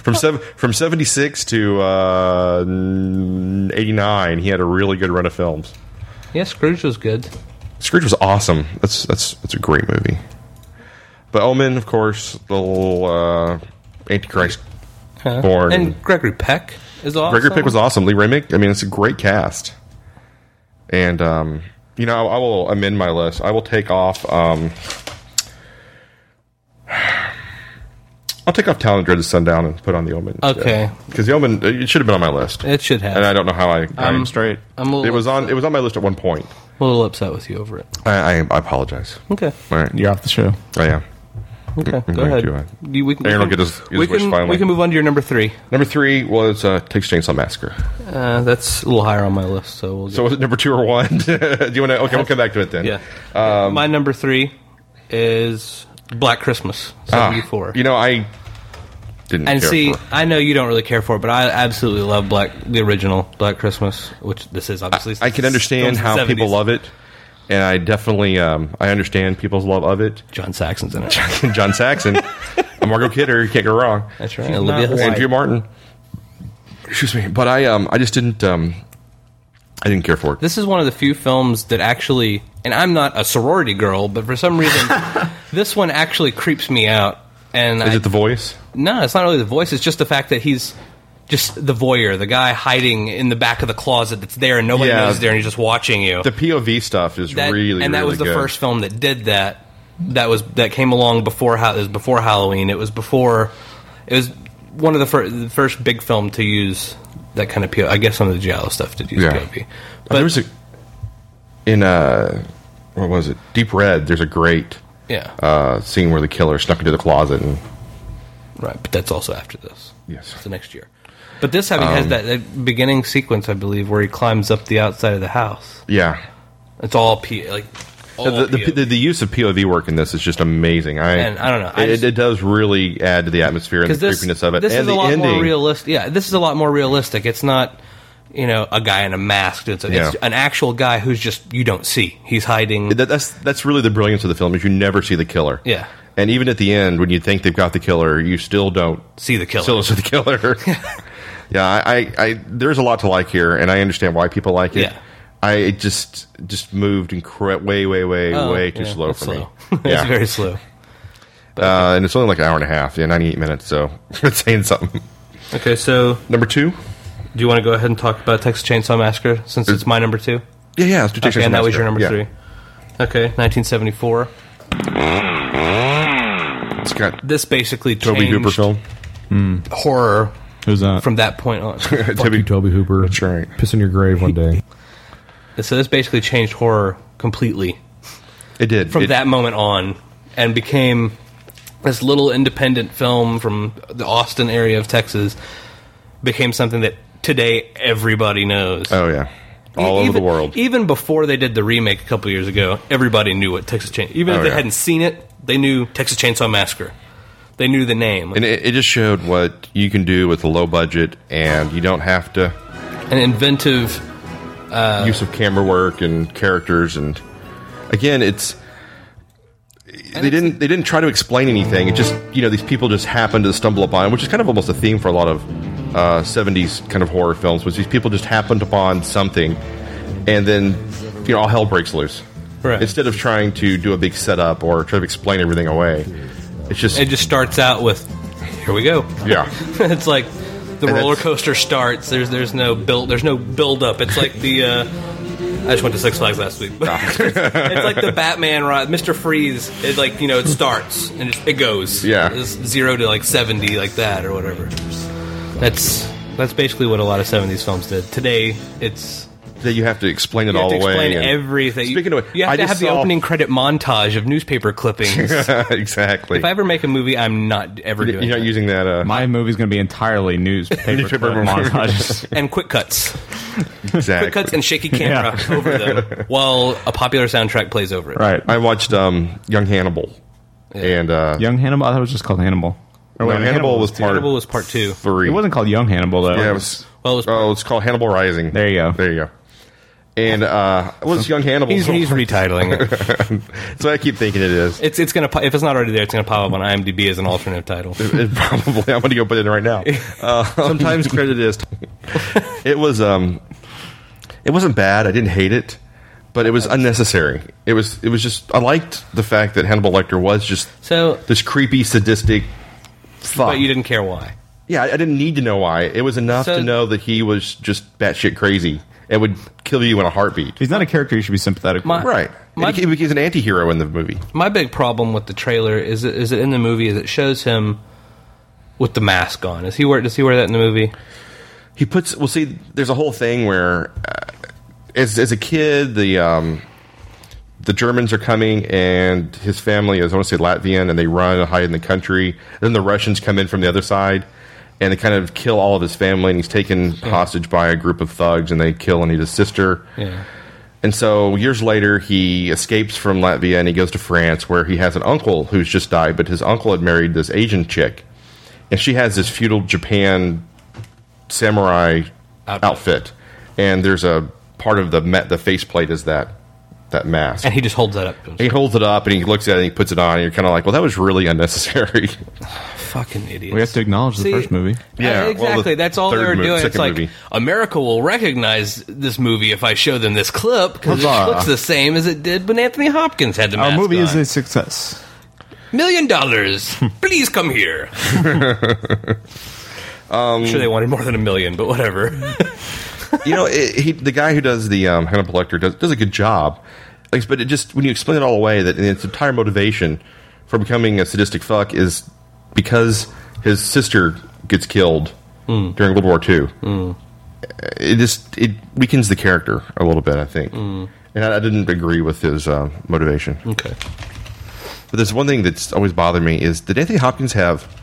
S2: from seven, from seventy six to uh, eighty nine, he had a really good run of films.
S4: Yeah, Scrooge was good.
S2: Scrooge was awesome. That's that's that's a great movie. But Omen, of course, the little uh, Antichrist born.
S4: And Gregory Peck is awesome.
S2: Gregory Pick was awesome. Lee Remick. I mean, it's a great cast. And um, you know, I, I will amend my list. I will take off. Um, I'll take off Talon Dread to Sundown and put on the Omen.
S4: Okay.
S2: Because the Omen, it should have been on my list.
S4: It should have.
S2: and I don't know how I.
S3: I'm straight.
S4: I'm a little,
S2: it was on. It was on my list at one point.
S4: a little upset with you over it.
S2: I, I, I apologize.
S4: Okay.
S2: All right. Oh,
S3: You're off the show.
S2: I am.
S4: Okay.
S2: I'm
S4: Go
S2: going
S4: ahead.
S2: to, uh,
S4: You- we can,
S2: Aaron
S4: we
S2: will
S4: can-
S2: get his- his
S4: we
S2: wish
S4: can,
S2: finally.
S4: We can move on to your number three.
S2: Number three was uh, Takes Chainsaw Massacre.
S4: Uh, that's a little higher on my list, so we'll. Get
S2: So was it number two or one? *laughs* Do you want to? Okay, we'll come back to it then.
S4: Yeah.
S2: um,
S4: My number three is Black Christmas,
S2: Ah,
S4: 74.
S2: You know, I didn't
S4: and
S2: care
S4: see,
S2: for it.
S4: I know you don't really care for it, but I absolutely love Black, the original Black Christmas, which this is obviously.
S2: I can understand how people love it, and I definitely um, I understand people's love of it. *laughs*
S4: John Saxon's in it.
S2: John Saxon,
S4: *laughs*
S2: Margot Kidder, you can't go wrong.
S4: That's right. Olivia Hussey.
S2: Andrew Martin. Excuse me, but I um I just didn't um I didn't care for it.
S4: This is one of the few films that actually, and I'm not a sorority girl, but for some
S2: *laughs*
S4: reason, this one actually creeps me out. And
S2: Is
S4: I,
S2: it the voice?
S4: No, it's not really the voice. It's just the fact that he's just the voyeur, the guy hiding in the back of the closet that's there and nobody
S2: Yeah.
S4: knows he's there and he's just watching you.
S2: The POV stuff is
S4: That-
S2: really
S4: and that
S2: really
S4: was the
S2: good.
S4: first film that did that. That was that came along before how it was before Halloween. It was before it was one of the, fir- the first big film to use that kind of POV. I guess some of the Giallo stuff did use
S2: Yeah.
S4: POV.
S2: But there was a in uh what was it? Deep Red. There's a great
S4: Yeah,
S2: uh scene where the killer snuck into the closet and
S4: right. But that's also after this.
S2: yes.
S4: It's the next year. But this having
S2: Um,
S4: has that, that beginning sequence, I believe, where he climbs up the outside of the house.
S2: Yeah.
S4: It's all P like all
S2: The, the,
S4: P-
S2: the, the use of POV work in this is just amazing. I
S4: And I don't know, I
S2: it,
S4: just-
S2: it does really add to the atmosphere and the
S4: 'Cause this,
S2: creepiness of it.
S4: This
S2: and
S4: is
S2: the
S4: a lot
S2: ending.
S4: more realistic. Yeah, this is a lot more realistic. It's not you know a guy in a mask. It's, it's
S2: Yeah.
S4: an actual guy who's just you don't see. He's hiding.
S2: that, that's that's really the brilliance of the film is you never see the killer.
S4: Yeah.
S2: And even at the end, when you think they've got the killer, you still don't
S4: see the killer.
S2: still don't see the killer.
S4: *laughs*
S2: yeah, I, I, I there's a lot to like here, and I understand why people like it.
S4: Yeah.
S2: I it just just moved incre- way way way
S4: Oh,
S2: way too
S4: yeah,
S2: slow
S4: it's
S2: for
S4: slow. *laughs*
S2: me.
S4: it's very slow.
S2: uh, and it's only like an hour and a half, yeah, 98 minutes. So *laughs* it's saying something.
S4: Okay, so
S2: Number two.
S4: do you want to go ahead and talk about Texas Chainsaw Massacre since it's my number two?
S2: Yeah, yeah. It's
S4: Okay, and that was your number
S2: Yeah.
S4: three. Okay, 1974.
S2: It's got
S4: This basically
S2: Toby
S4: changed
S2: Hooper film.
S4: horror
S5: Who's that?
S4: from that
S2: *laughs*
S4: point on.
S5: Fuck you, Toby Hooper.
S2: That's right.
S5: Piss in your grave one day.
S4: so this basically changed horror completely.
S2: *laughs* It did
S4: from
S2: It-
S4: that moment on and became this little independent film from the Austin area of Texas became something that today everybody knows.
S2: Oh yeah, all
S4: even, e-
S2: over the world.
S4: Even before they did the remake a couple years ago, everybody knew what Texas Chainsaw. Even if
S2: Oh,
S4: they
S2: yeah.
S4: hadn't seen it, they knew Texas Chainsaw Massacre. They knew the name.
S2: And it, it just showed what you can do with a low budget, and you don't have to
S4: An inventive
S2: use of camera work and characters. And again, it's they didn't they didn't try to explain anything. It just you know these people just happened to stumble upon, it, which is kind of almost a theme for a lot of uh, '70s kind of horror films, was these people just happened upon something, and then you know all hell breaks loose.
S4: Right.
S2: Instead of trying to do a big setup or try to explain everything away, it's just
S4: it just starts out with here we go.
S2: yeah.
S4: *laughs* it's like the
S2: And
S4: roller
S2: it's-
S4: coaster starts. There's there's no build there's no build up. It's like the uh, I just went to Six Flags last week. *laughs*
S2: Ah.
S4: it's like the Batman ride, Mr. Freeze. It like you know it starts and it, it goes.
S2: Yeah.
S4: It's zero to like seventy like that or whatever. That's that's basically what a lot of seventies films did. Today it's
S2: that you have to explain it
S4: you have
S2: all
S4: to
S2: the way.
S4: explain
S2: and-
S4: everything.
S2: Speaking of, which,
S4: you have
S2: I
S4: to
S2: just
S4: have the
S2: saw-
S4: opening credit montage of
S2: *laughs*
S4: newspaper clippings.
S2: *laughs*
S4: if
S2: exactly.
S4: I ever make a movie, I'm not ever
S2: You're
S4: doing.
S2: not
S4: that.
S2: using that. Uh,
S3: My movie's going to be entirely *laughs* newspaper,
S2: Newspaper
S3: clip montages. *laughs*
S4: and quick cuts.
S2: exactly.
S4: quick cuts and shaky camera *laughs* over them while a popular soundtrack plays over it.
S3: right.
S2: I watched um, Young Hannibal, and uh,
S3: Young Hannibal? I thought it was just called Hannibal. Or
S2: no,
S3: Oh, wait,
S2: Hannibal, was part
S4: Hannibal was part two.
S2: three.
S3: It wasn't called Young Hannibal, though.
S2: Yeah, it was.
S4: Well, it was-
S2: oh, it's called Hannibal Rising.
S3: There you go.
S2: There you go. And uh, it was Young Hannibal. *laughs*
S4: He's, he's retitling it.
S2: so I keep thinking it
S3: *laughs*
S2: is.
S4: It's it's gonna po- if it's not already there, it's gonna pop up on IMDb as an alternative title.
S2: It probably. I'm going to go put it in right
S3: *laughs*
S2: now. Uh, *laughs* sometimes credit is. It was. Um, it wasn't bad. I didn't hate it, but it was unnecessary. It was. It was just. I liked the fact that Hannibal Lecter was just
S4: So,
S2: this creepy, sadistic. Fuck.
S4: but you didn't care why.
S2: yeah, I, I didn't need to know why. It was enough
S4: So-
S2: to know that he was just batshit crazy and would kill you in a heartbeat.
S3: He's not a character you should be sympathetic
S4: My-
S3: for.
S2: Right.
S4: My-
S2: And he, he's an anti-hero in the movie.
S4: My big problem with the trailer is it, is it in the movie is it shows him with the mask on. Is he wear? Does he wear that in the movie?
S2: He puts. Well, see, there's a whole thing where, uh, as as a kid, the um, the Germans are coming, and his family is I want to say Latvian, and they run and hide in the country. Then the Russians come in from the other side, and they kind of kill all of his family, and he's taken hostage by a group of thugs, and they kill and eat his sister.
S4: Yeah.
S2: And so years later, he escapes from Latvia and he goes to France, where he has an uncle who's just died, but his uncle had married this Asian chick, and she has this feudal Japan samurai outfit.
S4: Outfit.
S2: And there's a part of the ma- the faceplate is that that mask.
S4: And he just holds that up.
S2: He holds it up and he looks at it and he puts it on, and you're kind of like, well, that was really unnecessary.
S4: Fucking idiot.
S3: We have to acknowledge the
S4: See,
S3: first movie.
S2: Yeah,
S4: Uh,
S2: well, the
S4: exactly. That's all
S2: third
S4: they're
S2: movie-
S4: doing. It's
S2: second
S4: like
S2: movie.
S4: America will recognize this movie if I show them this clip because it
S3: Huzzah.
S4: looks the same as it did when Anthony Hopkins had the
S3: Our
S4: mask
S3: movie
S4: on.
S3: is a success.
S4: million dollars. *laughs* Please come
S3: *laughs*
S4: here.
S3: Um,
S4: I'm sure they wanted more than a million, but
S3: *laughs*
S4: whatever.
S2: you know, it, he, the guy who does the um, Hannibal Lecter does does a good job. Like, but it just when you explain it all away, that its entire motivation for becoming a sadistic fuck is because his sister gets killed during World War II. It just it weakens the character a little bit, I think. And I, I didn't agree with his uh, motivation.
S4: okay.
S2: But there's one thing that's always bothered me is did Anthony Hopkins have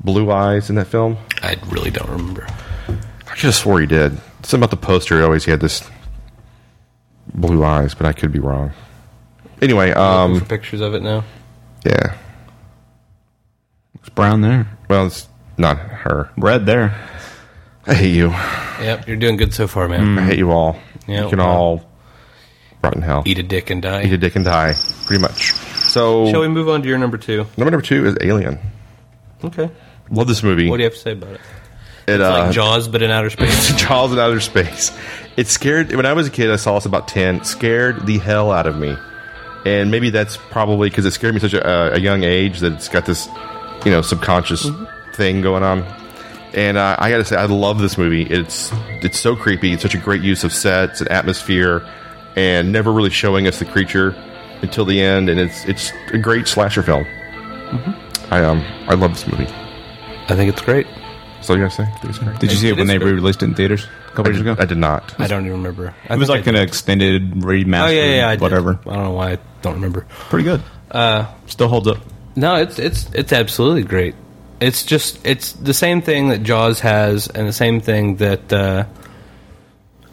S2: blue eyes in that film?
S4: I really don't remember.
S2: I could have swore he did. Something about the poster he always had this blue eyes, but I could be wrong. Anyway,
S4: for
S2: um,
S4: pictures of it now.
S2: yeah.
S3: It's brown there,
S2: Well, it's not her.
S3: red there.
S2: I hate you.
S4: Yep, you're doing good so far, man.
S3: Mm.
S2: I hate you all.
S4: Yeah,
S2: you can
S4: well.
S2: all rotten hell.
S4: Eat a dick and die.
S2: Eat a dick and die, pretty much. So
S4: Shall we move on to your number two?
S2: number number two is Alien.
S4: Okay.
S2: Love this movie.
S4: What do you have to say about it?
S2: It,
S4: It's
S2: uh,
S4: like Jaws, but in
S2: *laughs*
S4: outer space.
S2: Jaws in outer space. It scared when I was a kid. I saw this about ten. Scared the hell out of me, and maybe that's probably because it scared me at such a, a young age that it's got this, you know, subconscious thing going on. And uh, I gotta say, I love this movie. It's it's so creepy. It's such a great use of sets and atmosphere, and never really showing us the creature until the end. And it's it's a great slasher film. I um I love this movie.
S4: I think it's great.
S2: So you gotta say, I think it's great.
S3: Did you see it when they re-released it in theaters a
S2: I
S3: couple years
S2: did,
S3: ago?
S2: I did not.
S4: I don't even remember. I
S3: It was like an extended remaster,
S4: oh yeah, yeah, yeah, I did.
S3: whatever.
S4: I don't know why I don't remember.
S3: Pretty good. Uh, Still holds up.
S4: No, it's it's it's absolutely great. It's just it's the same thing that Jaws has, and the same thing that uh,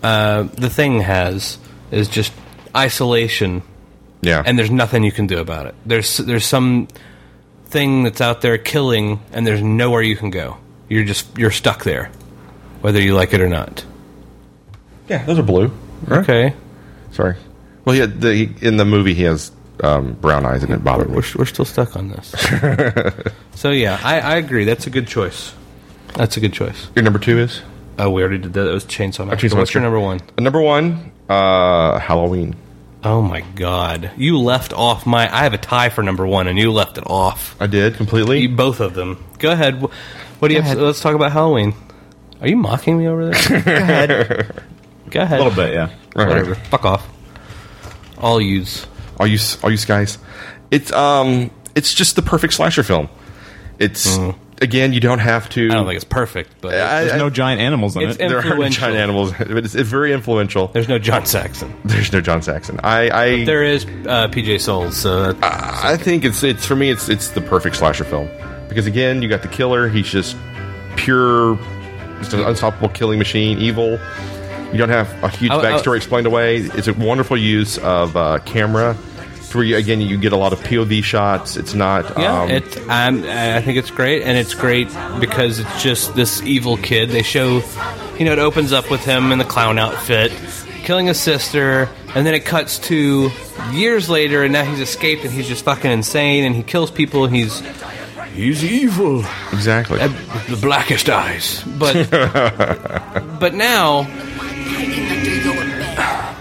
S4: uh, the Thing has is just isolation,
S2: Yeah.
S4: and there's nothing you can do about it. There's there's some thing that's out there killing, and there's nowhere you can go. You're just you're stuck there, whether you like it or not.
S2: yeah, those are blue.
S4: Okay,
S2: Sorry. Well, yeah, the, in the movie he has um, brown eyes, and it bothered me.
S4: we're, we're still stuck on this. *laughs* so yeah, I, I agree. That's a good choice. That's a good choice.
S2: Your number two is
S4: Oh, we already did that. That was Chainsaw Massacre.
S2: Chainsaw
S4: What's
S2: Massacre.
S4: your number one?
S2: number one. Uh, Halloween.
S4: Oh my god. You left off my. I have a tie for number one, and you left it off.
S2: I did completely.
S4: You, both of them. Go ahead. Wh- What do you have? to- let's talk about Halloween. Are you mocking me over *laughs* there? Go ahead.
S3: A little bit, yeah.
S2: Right, right.
S4: Whatever. Fuck off. All use.
S2: All you, s- all you guys. It's um, it's just the perfect slasher film. It's again, you Hmm. don't have to.
S4: I don't think it's perfect, but
S2: I-
S3: There's
S2: I-
S3: no giant animals in
S4: It's
S3: it.
S2: there are
S4: influential.
S2: giant animals, *laughs* but it's, it's very influential.
S4: there's no John Saxon.
S2: There's no John Saxon. I, I
S4: There is uh, PJ Souls, so that-
S2: I think it's it's for me it's it's the perfect slasher film because again you got the killer he's just pure just an unstoppable killing machine evil you don't have a huge
S4: I- I-
S2: backstory explained away it's a wonderful use of uh, camera to where you, again you get a lot of POV shots it's not
S4: Yeah,
S2: um,
S4: it. Um, I think it's great, and it's great because it's just this evil kid. They show, you know, it opens up with him in the clown outfit, killing his sister, and then it cuts to years later, and now he's escaped, and he's just fucking insane, and he kills people, and he's he's evil,
S2: exactly
S4: the blackest eyes. But but now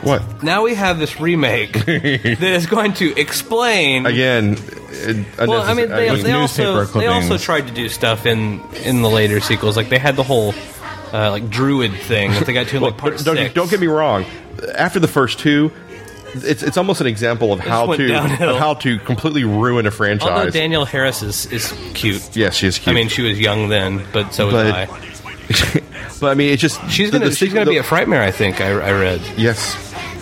S2: what
S4: now we have this remake that is going to explain
S2: again it,
S4: Well, I
S2: uh,
S4: mean, they, they also
S3: newspaper
S4: they also
S3: clippings.
S4: tried to do stuff in in the later sequels. Like they had the whole
S2: *laughs*
S4: uh, like druid thing that they got to in like part
S2: don't,
S4: six.
S2: don't get me wrong after the first two it's it's almost an example of how
S4: went
S2: to
S4: downhill.
S2: of how to completely ruin a
S4: Although
S2: franchise.
S4: Danielle Harris is, is cute.
S2: yes, she is
S4: I
S2: cute.
S4: mean, she was young then, but so was
S2: But-
S4: I.
S2: *laughs* but I mean, it's just
S4: She's
S2: the-
S4: gonna
S2: the
S4: she's gonna
S2: sequel-
S4: be at Frightmare, I think. I, I read.
S2: yes.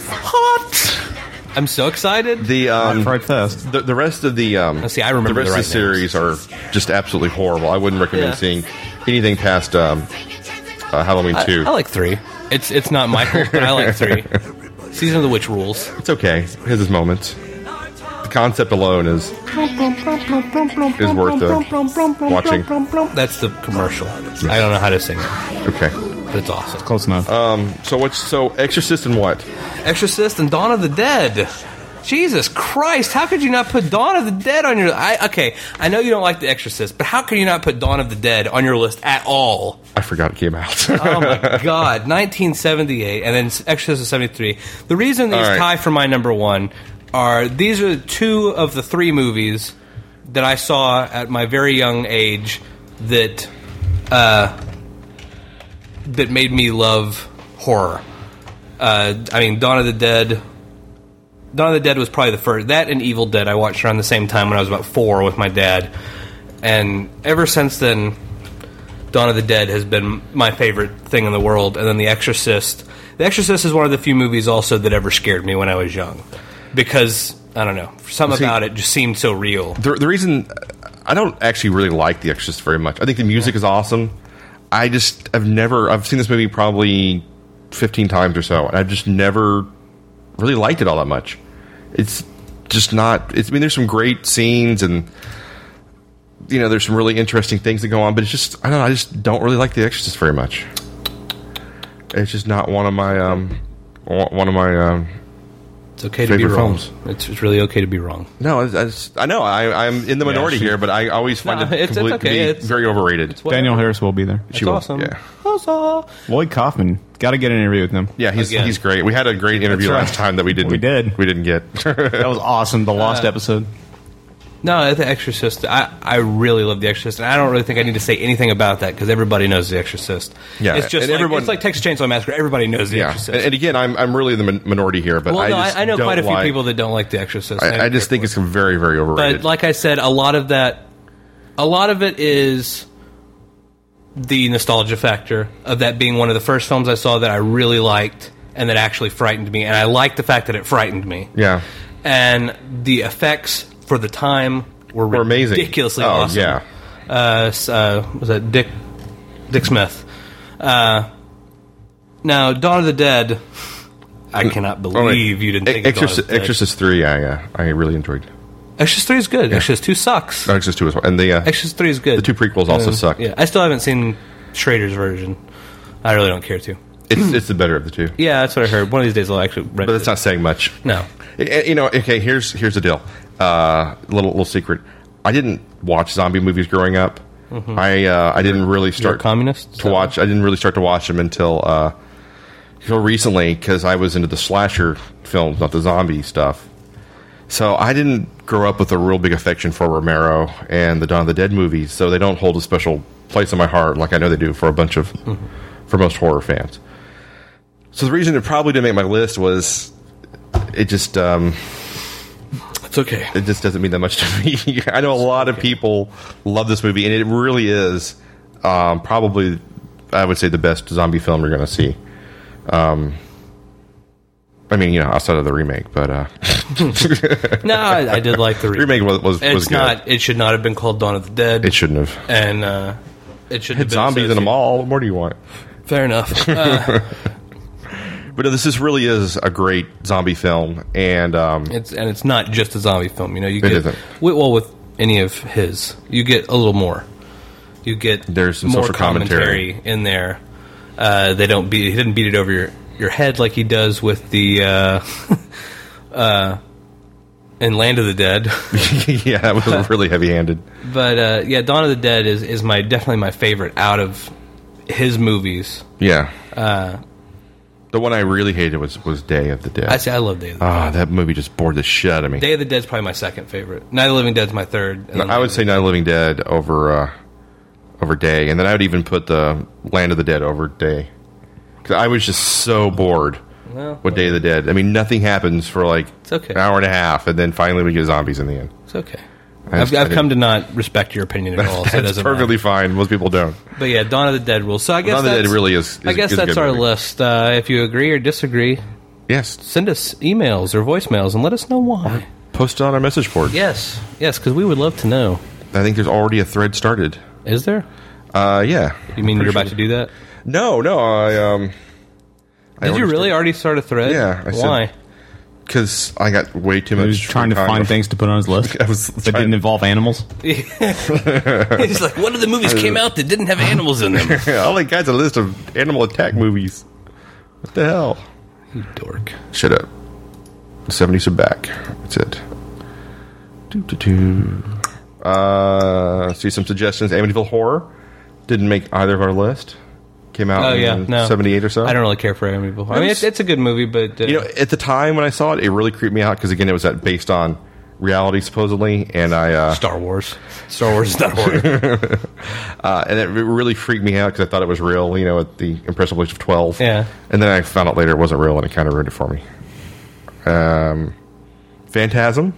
S4: Hot. I'm so excited.
S2: The um,
S3: Fright Fest.
S2: the, the rest of the um,
S4: see, I remember
S2: the rest
S4: the
S2: of the series are just absolutely horrible. I wouldn't recommend
S4: Yeah.
S2: seeing anything past um, uh, Halloween
S4: I,
S2: two.
S4: I like three. It's it's not my fault, but I
S2: *laughs*
S4: like three. Season of the Witch rules.
S2: it's okay. It has its moments. The concept alone is is worth the watching.
S4: That's the commercial. I don't know how to sing it,
S2: Okay.
S4: but it's awesome.
S3: Close enough.
S2: Uh, So what's so Exorcist and what?
S4: Exorcist and Dawn of the Dead. Jesus Christ, how could you not put Dawn of the Dead on your I okay, I know you don't like The Exorcist, but how can you not put Dawn of the Dead on your list at
S2: *laughs*
S4: all?
S2: I forgot it came out. *laughs*
S4: Oh my god, 1978 and then Exorcist of 73. The reason these
S2: All right.
S4: tie for my number 1 are these are two of the three movies that I saw at my very young age that uh that made me love horror. Uh, I mean, Dawn of the Dead, Dawn of the Dead was probably the first. That and Evil Dead I watched around the same time when I was about four with my dad. And ever since then, Dawn of the Dead has been my favorite thing in the world. And then The Exorcist. The Exorcist is one of the few movies also that ever scared me when I was young. Because, I don't know, something
S2: See-
S4: about it just seemed so real.
S2: the, the reason I don't actually really like The Exorcist very much. I think the music is awesome. I just I've never I've seen this movie probably fifteen times or so, and I've just never really liked it all that much. It's just not. It's, I mean, there's some great scenes and. You know, there's some really interesting things that go on, but it's just I don't know. I just don't really like The Exorcist very much. It's just not one of my um, one one of my um,
S4: It's okay to be
S2: Favorite
S4: wrong.
S2: films.
S4: It's, it's really okay to be wrong.
S2: No, I, I, just- I know I, I'm in the minority here, but I always find
S4: No,
S2: it
S4: it's- it's
S2: complete-
S4: okay.
S2: to be
S4: It's-
S2: very overrated.
S3: Daniel Harris will be there.
S4: It's
S2: will,
S4: awesome.
S2: yeah.
S4: Awesome.
S3: Lloyd Kaufman. Got to get an interview with him.
S2: yeah, he's
S4: Again.
S2: he's great. We had a great interview
S3: That's right.
S2: last time that we didn't
S3: We did.
S2: we didn't get. *laughs*
S3: That was awesome. The lost
S4: Uh,
S3: episode.
S4: No, The Exorcist. I, I really love The Exorcist, and I don't really think I need to say anything about that because everybody knows The Exorcist.
S2: Yeah,
S4: it's just
S2: and
S4: like,
S2: everyone-
S4: it's like Texas Chainsaw Massacre. Everybody knows The
S2: yeah,
S4: Exorcist.
S2: and, and again, I'm I'm really in the min- minority here, but
S4: well,
S2: I
S4: no,
S2: just
S4: I, I know
S2: don't
S4: quite a few
S2: like-
S4: people that don't like The Exorcist. and
S2: I, I just
S4: care
S2: think
S4: for
S2: it's
S4: it.
S2: very very overrated.
S4: But like I said, a lot of that, a lot of it is the nostalgia factor of that being one of the first films I saw that I really liked and that actually frightened me, and I like the fact that it frightened me.
S2: yeah,
S4: and the effects for the time were,
S2: Were amazing.
S4: ridicuusely
S2: Oh,
S4: awesome.
S2: yeah.
S4: Uh, s- uh, was that Dick Dick Smith? Uh, now, Dawn of the Dead. I cannot believe
S2: Oh, wait.
S4: you didn't
S2: E-
S4: think
S2: Exorcist,
S4: of Dawn of the Dead.
S2: Exorcist three. I uh, I really enjoyed.
S4: Exorcist Three is good. Exorcist Two sucks.
S2: No, Exorcist two as well, and the uh,
S4: Exorcist Three is good.
S2: the two prequels also
S4: Uh,
S2: suck.
S4: Yeah, I still haven't seen Schrader's version. I really don't care to.
S2: It's it's the better of the two,
S4: Yeah, that's what I heard. One of these days I'll actually. Rent
S2: but that's not saying much.
S4: No.
S2: Eh, you know. Okay, here's here's the deal. Uh, little little secret. I didn't watch zombie movies growing up. I uh, I didn't really
S4: Mm-hmm. You're a
S2: start
S4: communist
S2: to watch. I didn't really start to watch them until uh, until recently because I was into the slasher films, not the zombie stuff. So I didn't grow up with a real big affection for Romero and the Dawn of the Dead movies. So they don't hold a special place in my heart like I know they do for a bunch of for most horror fans. So the reason it probably didn't make my list was it just um,
S4: It's okay.
S2: it just doesn't mean that much to *laughs* me. I know a lot of people love this movie, and it really is um, probably, I would say, the best zombie film you're going to see. Um, I mean, you know, outside of the remake, but uh,
S4: No, I, I did like the *laughs*
S2: *laughs*
S4: remake.
S2: remake was was, was
S4: It's
S2: good.
S4: not. It should not have been called Dawn of the Dead.
S2: it shouldn't have.
S4: and uh, it should have
S2: Had
S4: been
S2: zombies in a
S4: associated-
S2: mall. What more do you want? *laughs*
S4: Fair enough. Uh,
S2: But no, this is really is a great zombie film, and um,
S4: it's and it's not just a zombie film. You know, you get
S2: isn't.
S4: wi- well with any of his, you get a little more. You get
S2: There's some
S4: more
S2: social commentary.
S4: in there. Uh, they don't beat. He didn't beat it over your your head like he does with the. Uh, *laughs* uh, in Land of the Dead,
S2: *laughs*
S4: *laughs*
S2: yeah, that was really heavy handed.
S4: but uh, yeah, Dawn of the Dead is, is my definitely my favorite out of his movies.
S2: Yeah. the one I really hated was was Day of the Dead.
S4: Uh, I say I love Day of the
S2: Ah, that movie just bored the shit out of me.
S4: Day of the Dead's probably my second favorite. Night of the Living Dead's my third. and
S2: No,
S4: then
S2: I would say Night of the Living Dead over uh, over Day, and then I would even put the Land of the Dead over Day because I was just so bored
S4: Well,
S2: What Day of the Dead? I mean, nothing happens for like
S4: It's okay.
S2: an hour and a half, and then finally we get zombies in the end.
S4: it's okay.
S2: I
S4: I've,
S2: just-
S4: I've
S2: I
S4: come to not respect your opinion at all. Oh, so it
S2: *laughs* That's
S4: doesn't
S2: perfectly
S4: matter.
S2: fine. Most people don't.
S4: But yeah, Dawn of the Dead rules. So I guess
S2: Dawn of the
S4: that's,
S2: Dead really is-
S4: I
S2: is-
S4: guess
S2: is a
S4: that's
S2: good
S4: our
S2: movie.
S4: list. Uh, if you agree or disagree,
S2: Yes,
S4: send us emails or voicemails and let us know why.
S2: post it on our message board.
S4: Yes, yes, because we would love to know.
S2: I think there's already a thread started.
S4: Is there?
S2: Uh, yeah.
S4: You mean you're about to do that?
S2: No, no. I um. I
S4: Did you really already start a thread?
S2: Yeah, I said- *laughs*
S4: Why?
S2: Because I got way too much.
S3: He was trying to
S2: time.
S3: find things to put on his list
S2: *laughs* I was
S3: that didn't involve animals.
S4: He's like, what of the movies came out that didn't have animals in them?
S2: *laughs* Yeah, all I got's a list of animal attack movies. What the hell?
S4: Dork.
S2: Shut up. Seventies are back. That's it. Doo, doo, doo. Uh, see some suggestions. Amityville Horror didn't make either of our list. Came out
S4: Oh
S2: in
S4: yeah, no.
S2: '78 or so.
S4: I don't really care for Amityville. Horror. I mean, it's, it's a good movie, but uh,
S2: You know, at the time when I saw it, it really creeped me out because again, it was that based on reality supposedly, and I uh,
S4: Star Wars. Star Wars is
S2: *laughs*
S4: not horror.
S2: uh, and it really freaked me out because I thought it was real. You know, at the impressionable age of twelve.
S4: Yeah.
S2: And then I found out later it wasn't real, and it kind of ruined it for me. Um, Phantasm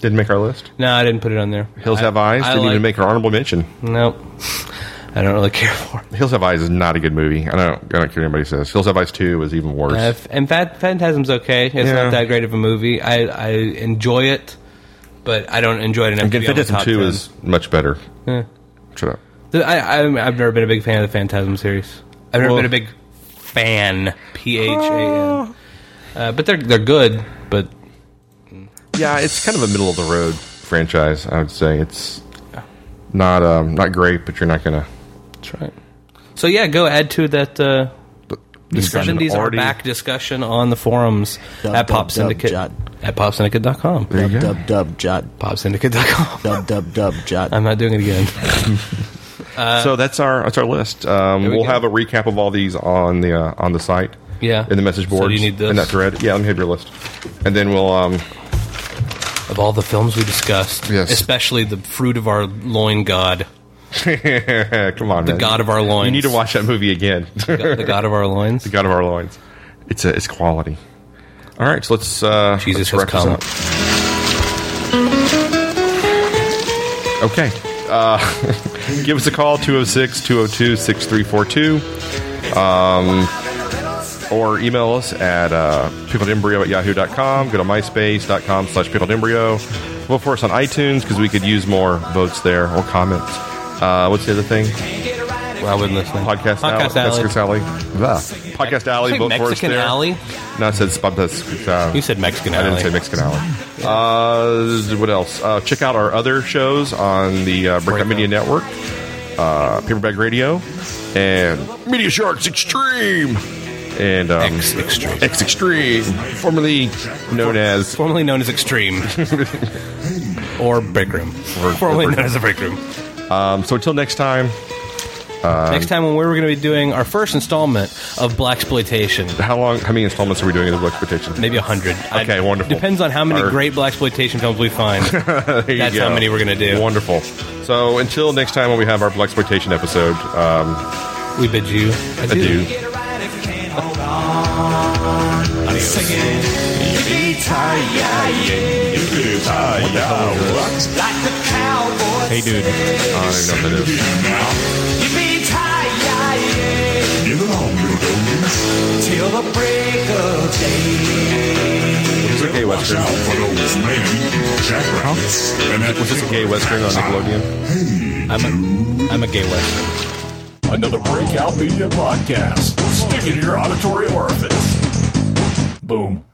S2: didn't make our list.
S4: no, I didn't put it on there.
S2: Hills
S4: I-
S2: Have Eyes
S4: I
S2: didn't
S4: like-
S2: even make our honorable mention.
S4: Nope. I don't really care for. it.
S2: Hills Have Eyes is not a good movie. I don't. I don't care what anybody says. Hills Have Eyes Two was even worse.
S4: Uh, f- and Phan- Phantasm's okay. It's
S2: Yeah.
S4: not that great of a movie. I, I enjoy it, but I don't enjoy it enough.
S2: again,
S4: to be on the
S2: Phantasm
S4: top
S2: Two
S4: 10.
S2: is much better.
S4: Yeah.
S2: Shut up.
S4: The- I, I'm, I've never been a big fan of the Phantasm series. I've never
S2: Well-
S4: been a big fan. P H A N. Uh, But they're they're good. But
S2: Yeah, it's kind of a middle of the road franchise. I would say it's not um, not great, but you're not gonna.
S4: that's right. So yeah, go add to that. Uh, the
S2: discussion
S4: 70s
S2: already-
S4: are back discussion on the forums at
S11: dub,
S4: Pop Syndicate
S11: dub,
S4: at popsyndicate.com.
S11: Dub dub dub jot.
S4: Popsyndicate.com.
S11: Dub dub dub jot.
S4: I'm not doing it again.
S2: so that's our that's our list. Um,
S4: Uh, There we
S2: we'll
S4: go.
S2: have a recap of all these on the uh, on the site.
S4: Yeah.
S2: in the message
S4: So
S2: board.
S4: do you need this?
S2: in that thread? Yeah, let me have your list, and then we'll. Um, *laughs*
S4: of all the films we discussed,
S2: Yes.
S4: especially the fruit of our loin god,
S2: come on,
S4: the
S2: man.
S4: god of our loins.
S2: You need to watch that movie again. *laughs*
S4: the god of our loins.
S2: God of our loins. It's a, it's quality. All right, so let's uh,
S4: Jesus
S2: let's
S4: has come.
S2: this up. Okay. Uh, *laughs* give us a call 206 202 6342 or email us at uh, pickledembryo at yahoo.com. Go to myspace.com slash pickledembryo. Vote for us on iTunes because we could use more votes there or comments. Uh, what's the other thing?
S4: Well, I wasn't listening.
S2: Podcast,
S4: Podcast
S2: Alley.
S4: Alley.
S2: Mexican Alley. Blah. Podcast Alley.
S4: Say
S2: vote for
S4: Mexican
S2: us there.
S4: Alley?
S2: No, it says Bob does. Uh,
S4: You said Mexican
S2: I didn't
S4: Alley.
S2: say Mexican Alley. Uh, what else? Uh, check out our other shows on the uh, Breakout Media Network, uh, Paperback Radio, and Media Sharks Extreme, and um, X Extreme, X Extreme, formerly known as
S4: Formerly known as
S2: *laughs*
S4: Extreme or Break Room.
S2: Or-
S4: Formerly
S2: or-
S4: known as the Break Room.
S2: Um, so until next time, Um,
S4: Next time, when we're going to be doing our first installment of Black Exploitation,
S2: how long? How many installments are we doing of the Black Exploitation?
S4: maybe a hundred.
S2: Okay, wonderful.
S4: Depends on how many
S2: Our-
S4: great Black Exploitation films we find.
S2: *laughs* There you
S4: That's
S2: go.
S4: how many we're gonna do.
S2: Wonderful. So until next time when we have our Black Exploitation episode, um,
S4: we bid you
S2: adieu.
S3: Hey,
S2: I
S3: dude.
S2: don't even know what that is. It's a gay western. Was this a gay western on Nickelodeon?
S4: I'm a gay western.
S10: Another Breakout Media podcast. Stick it in your auditory orifice. Boom.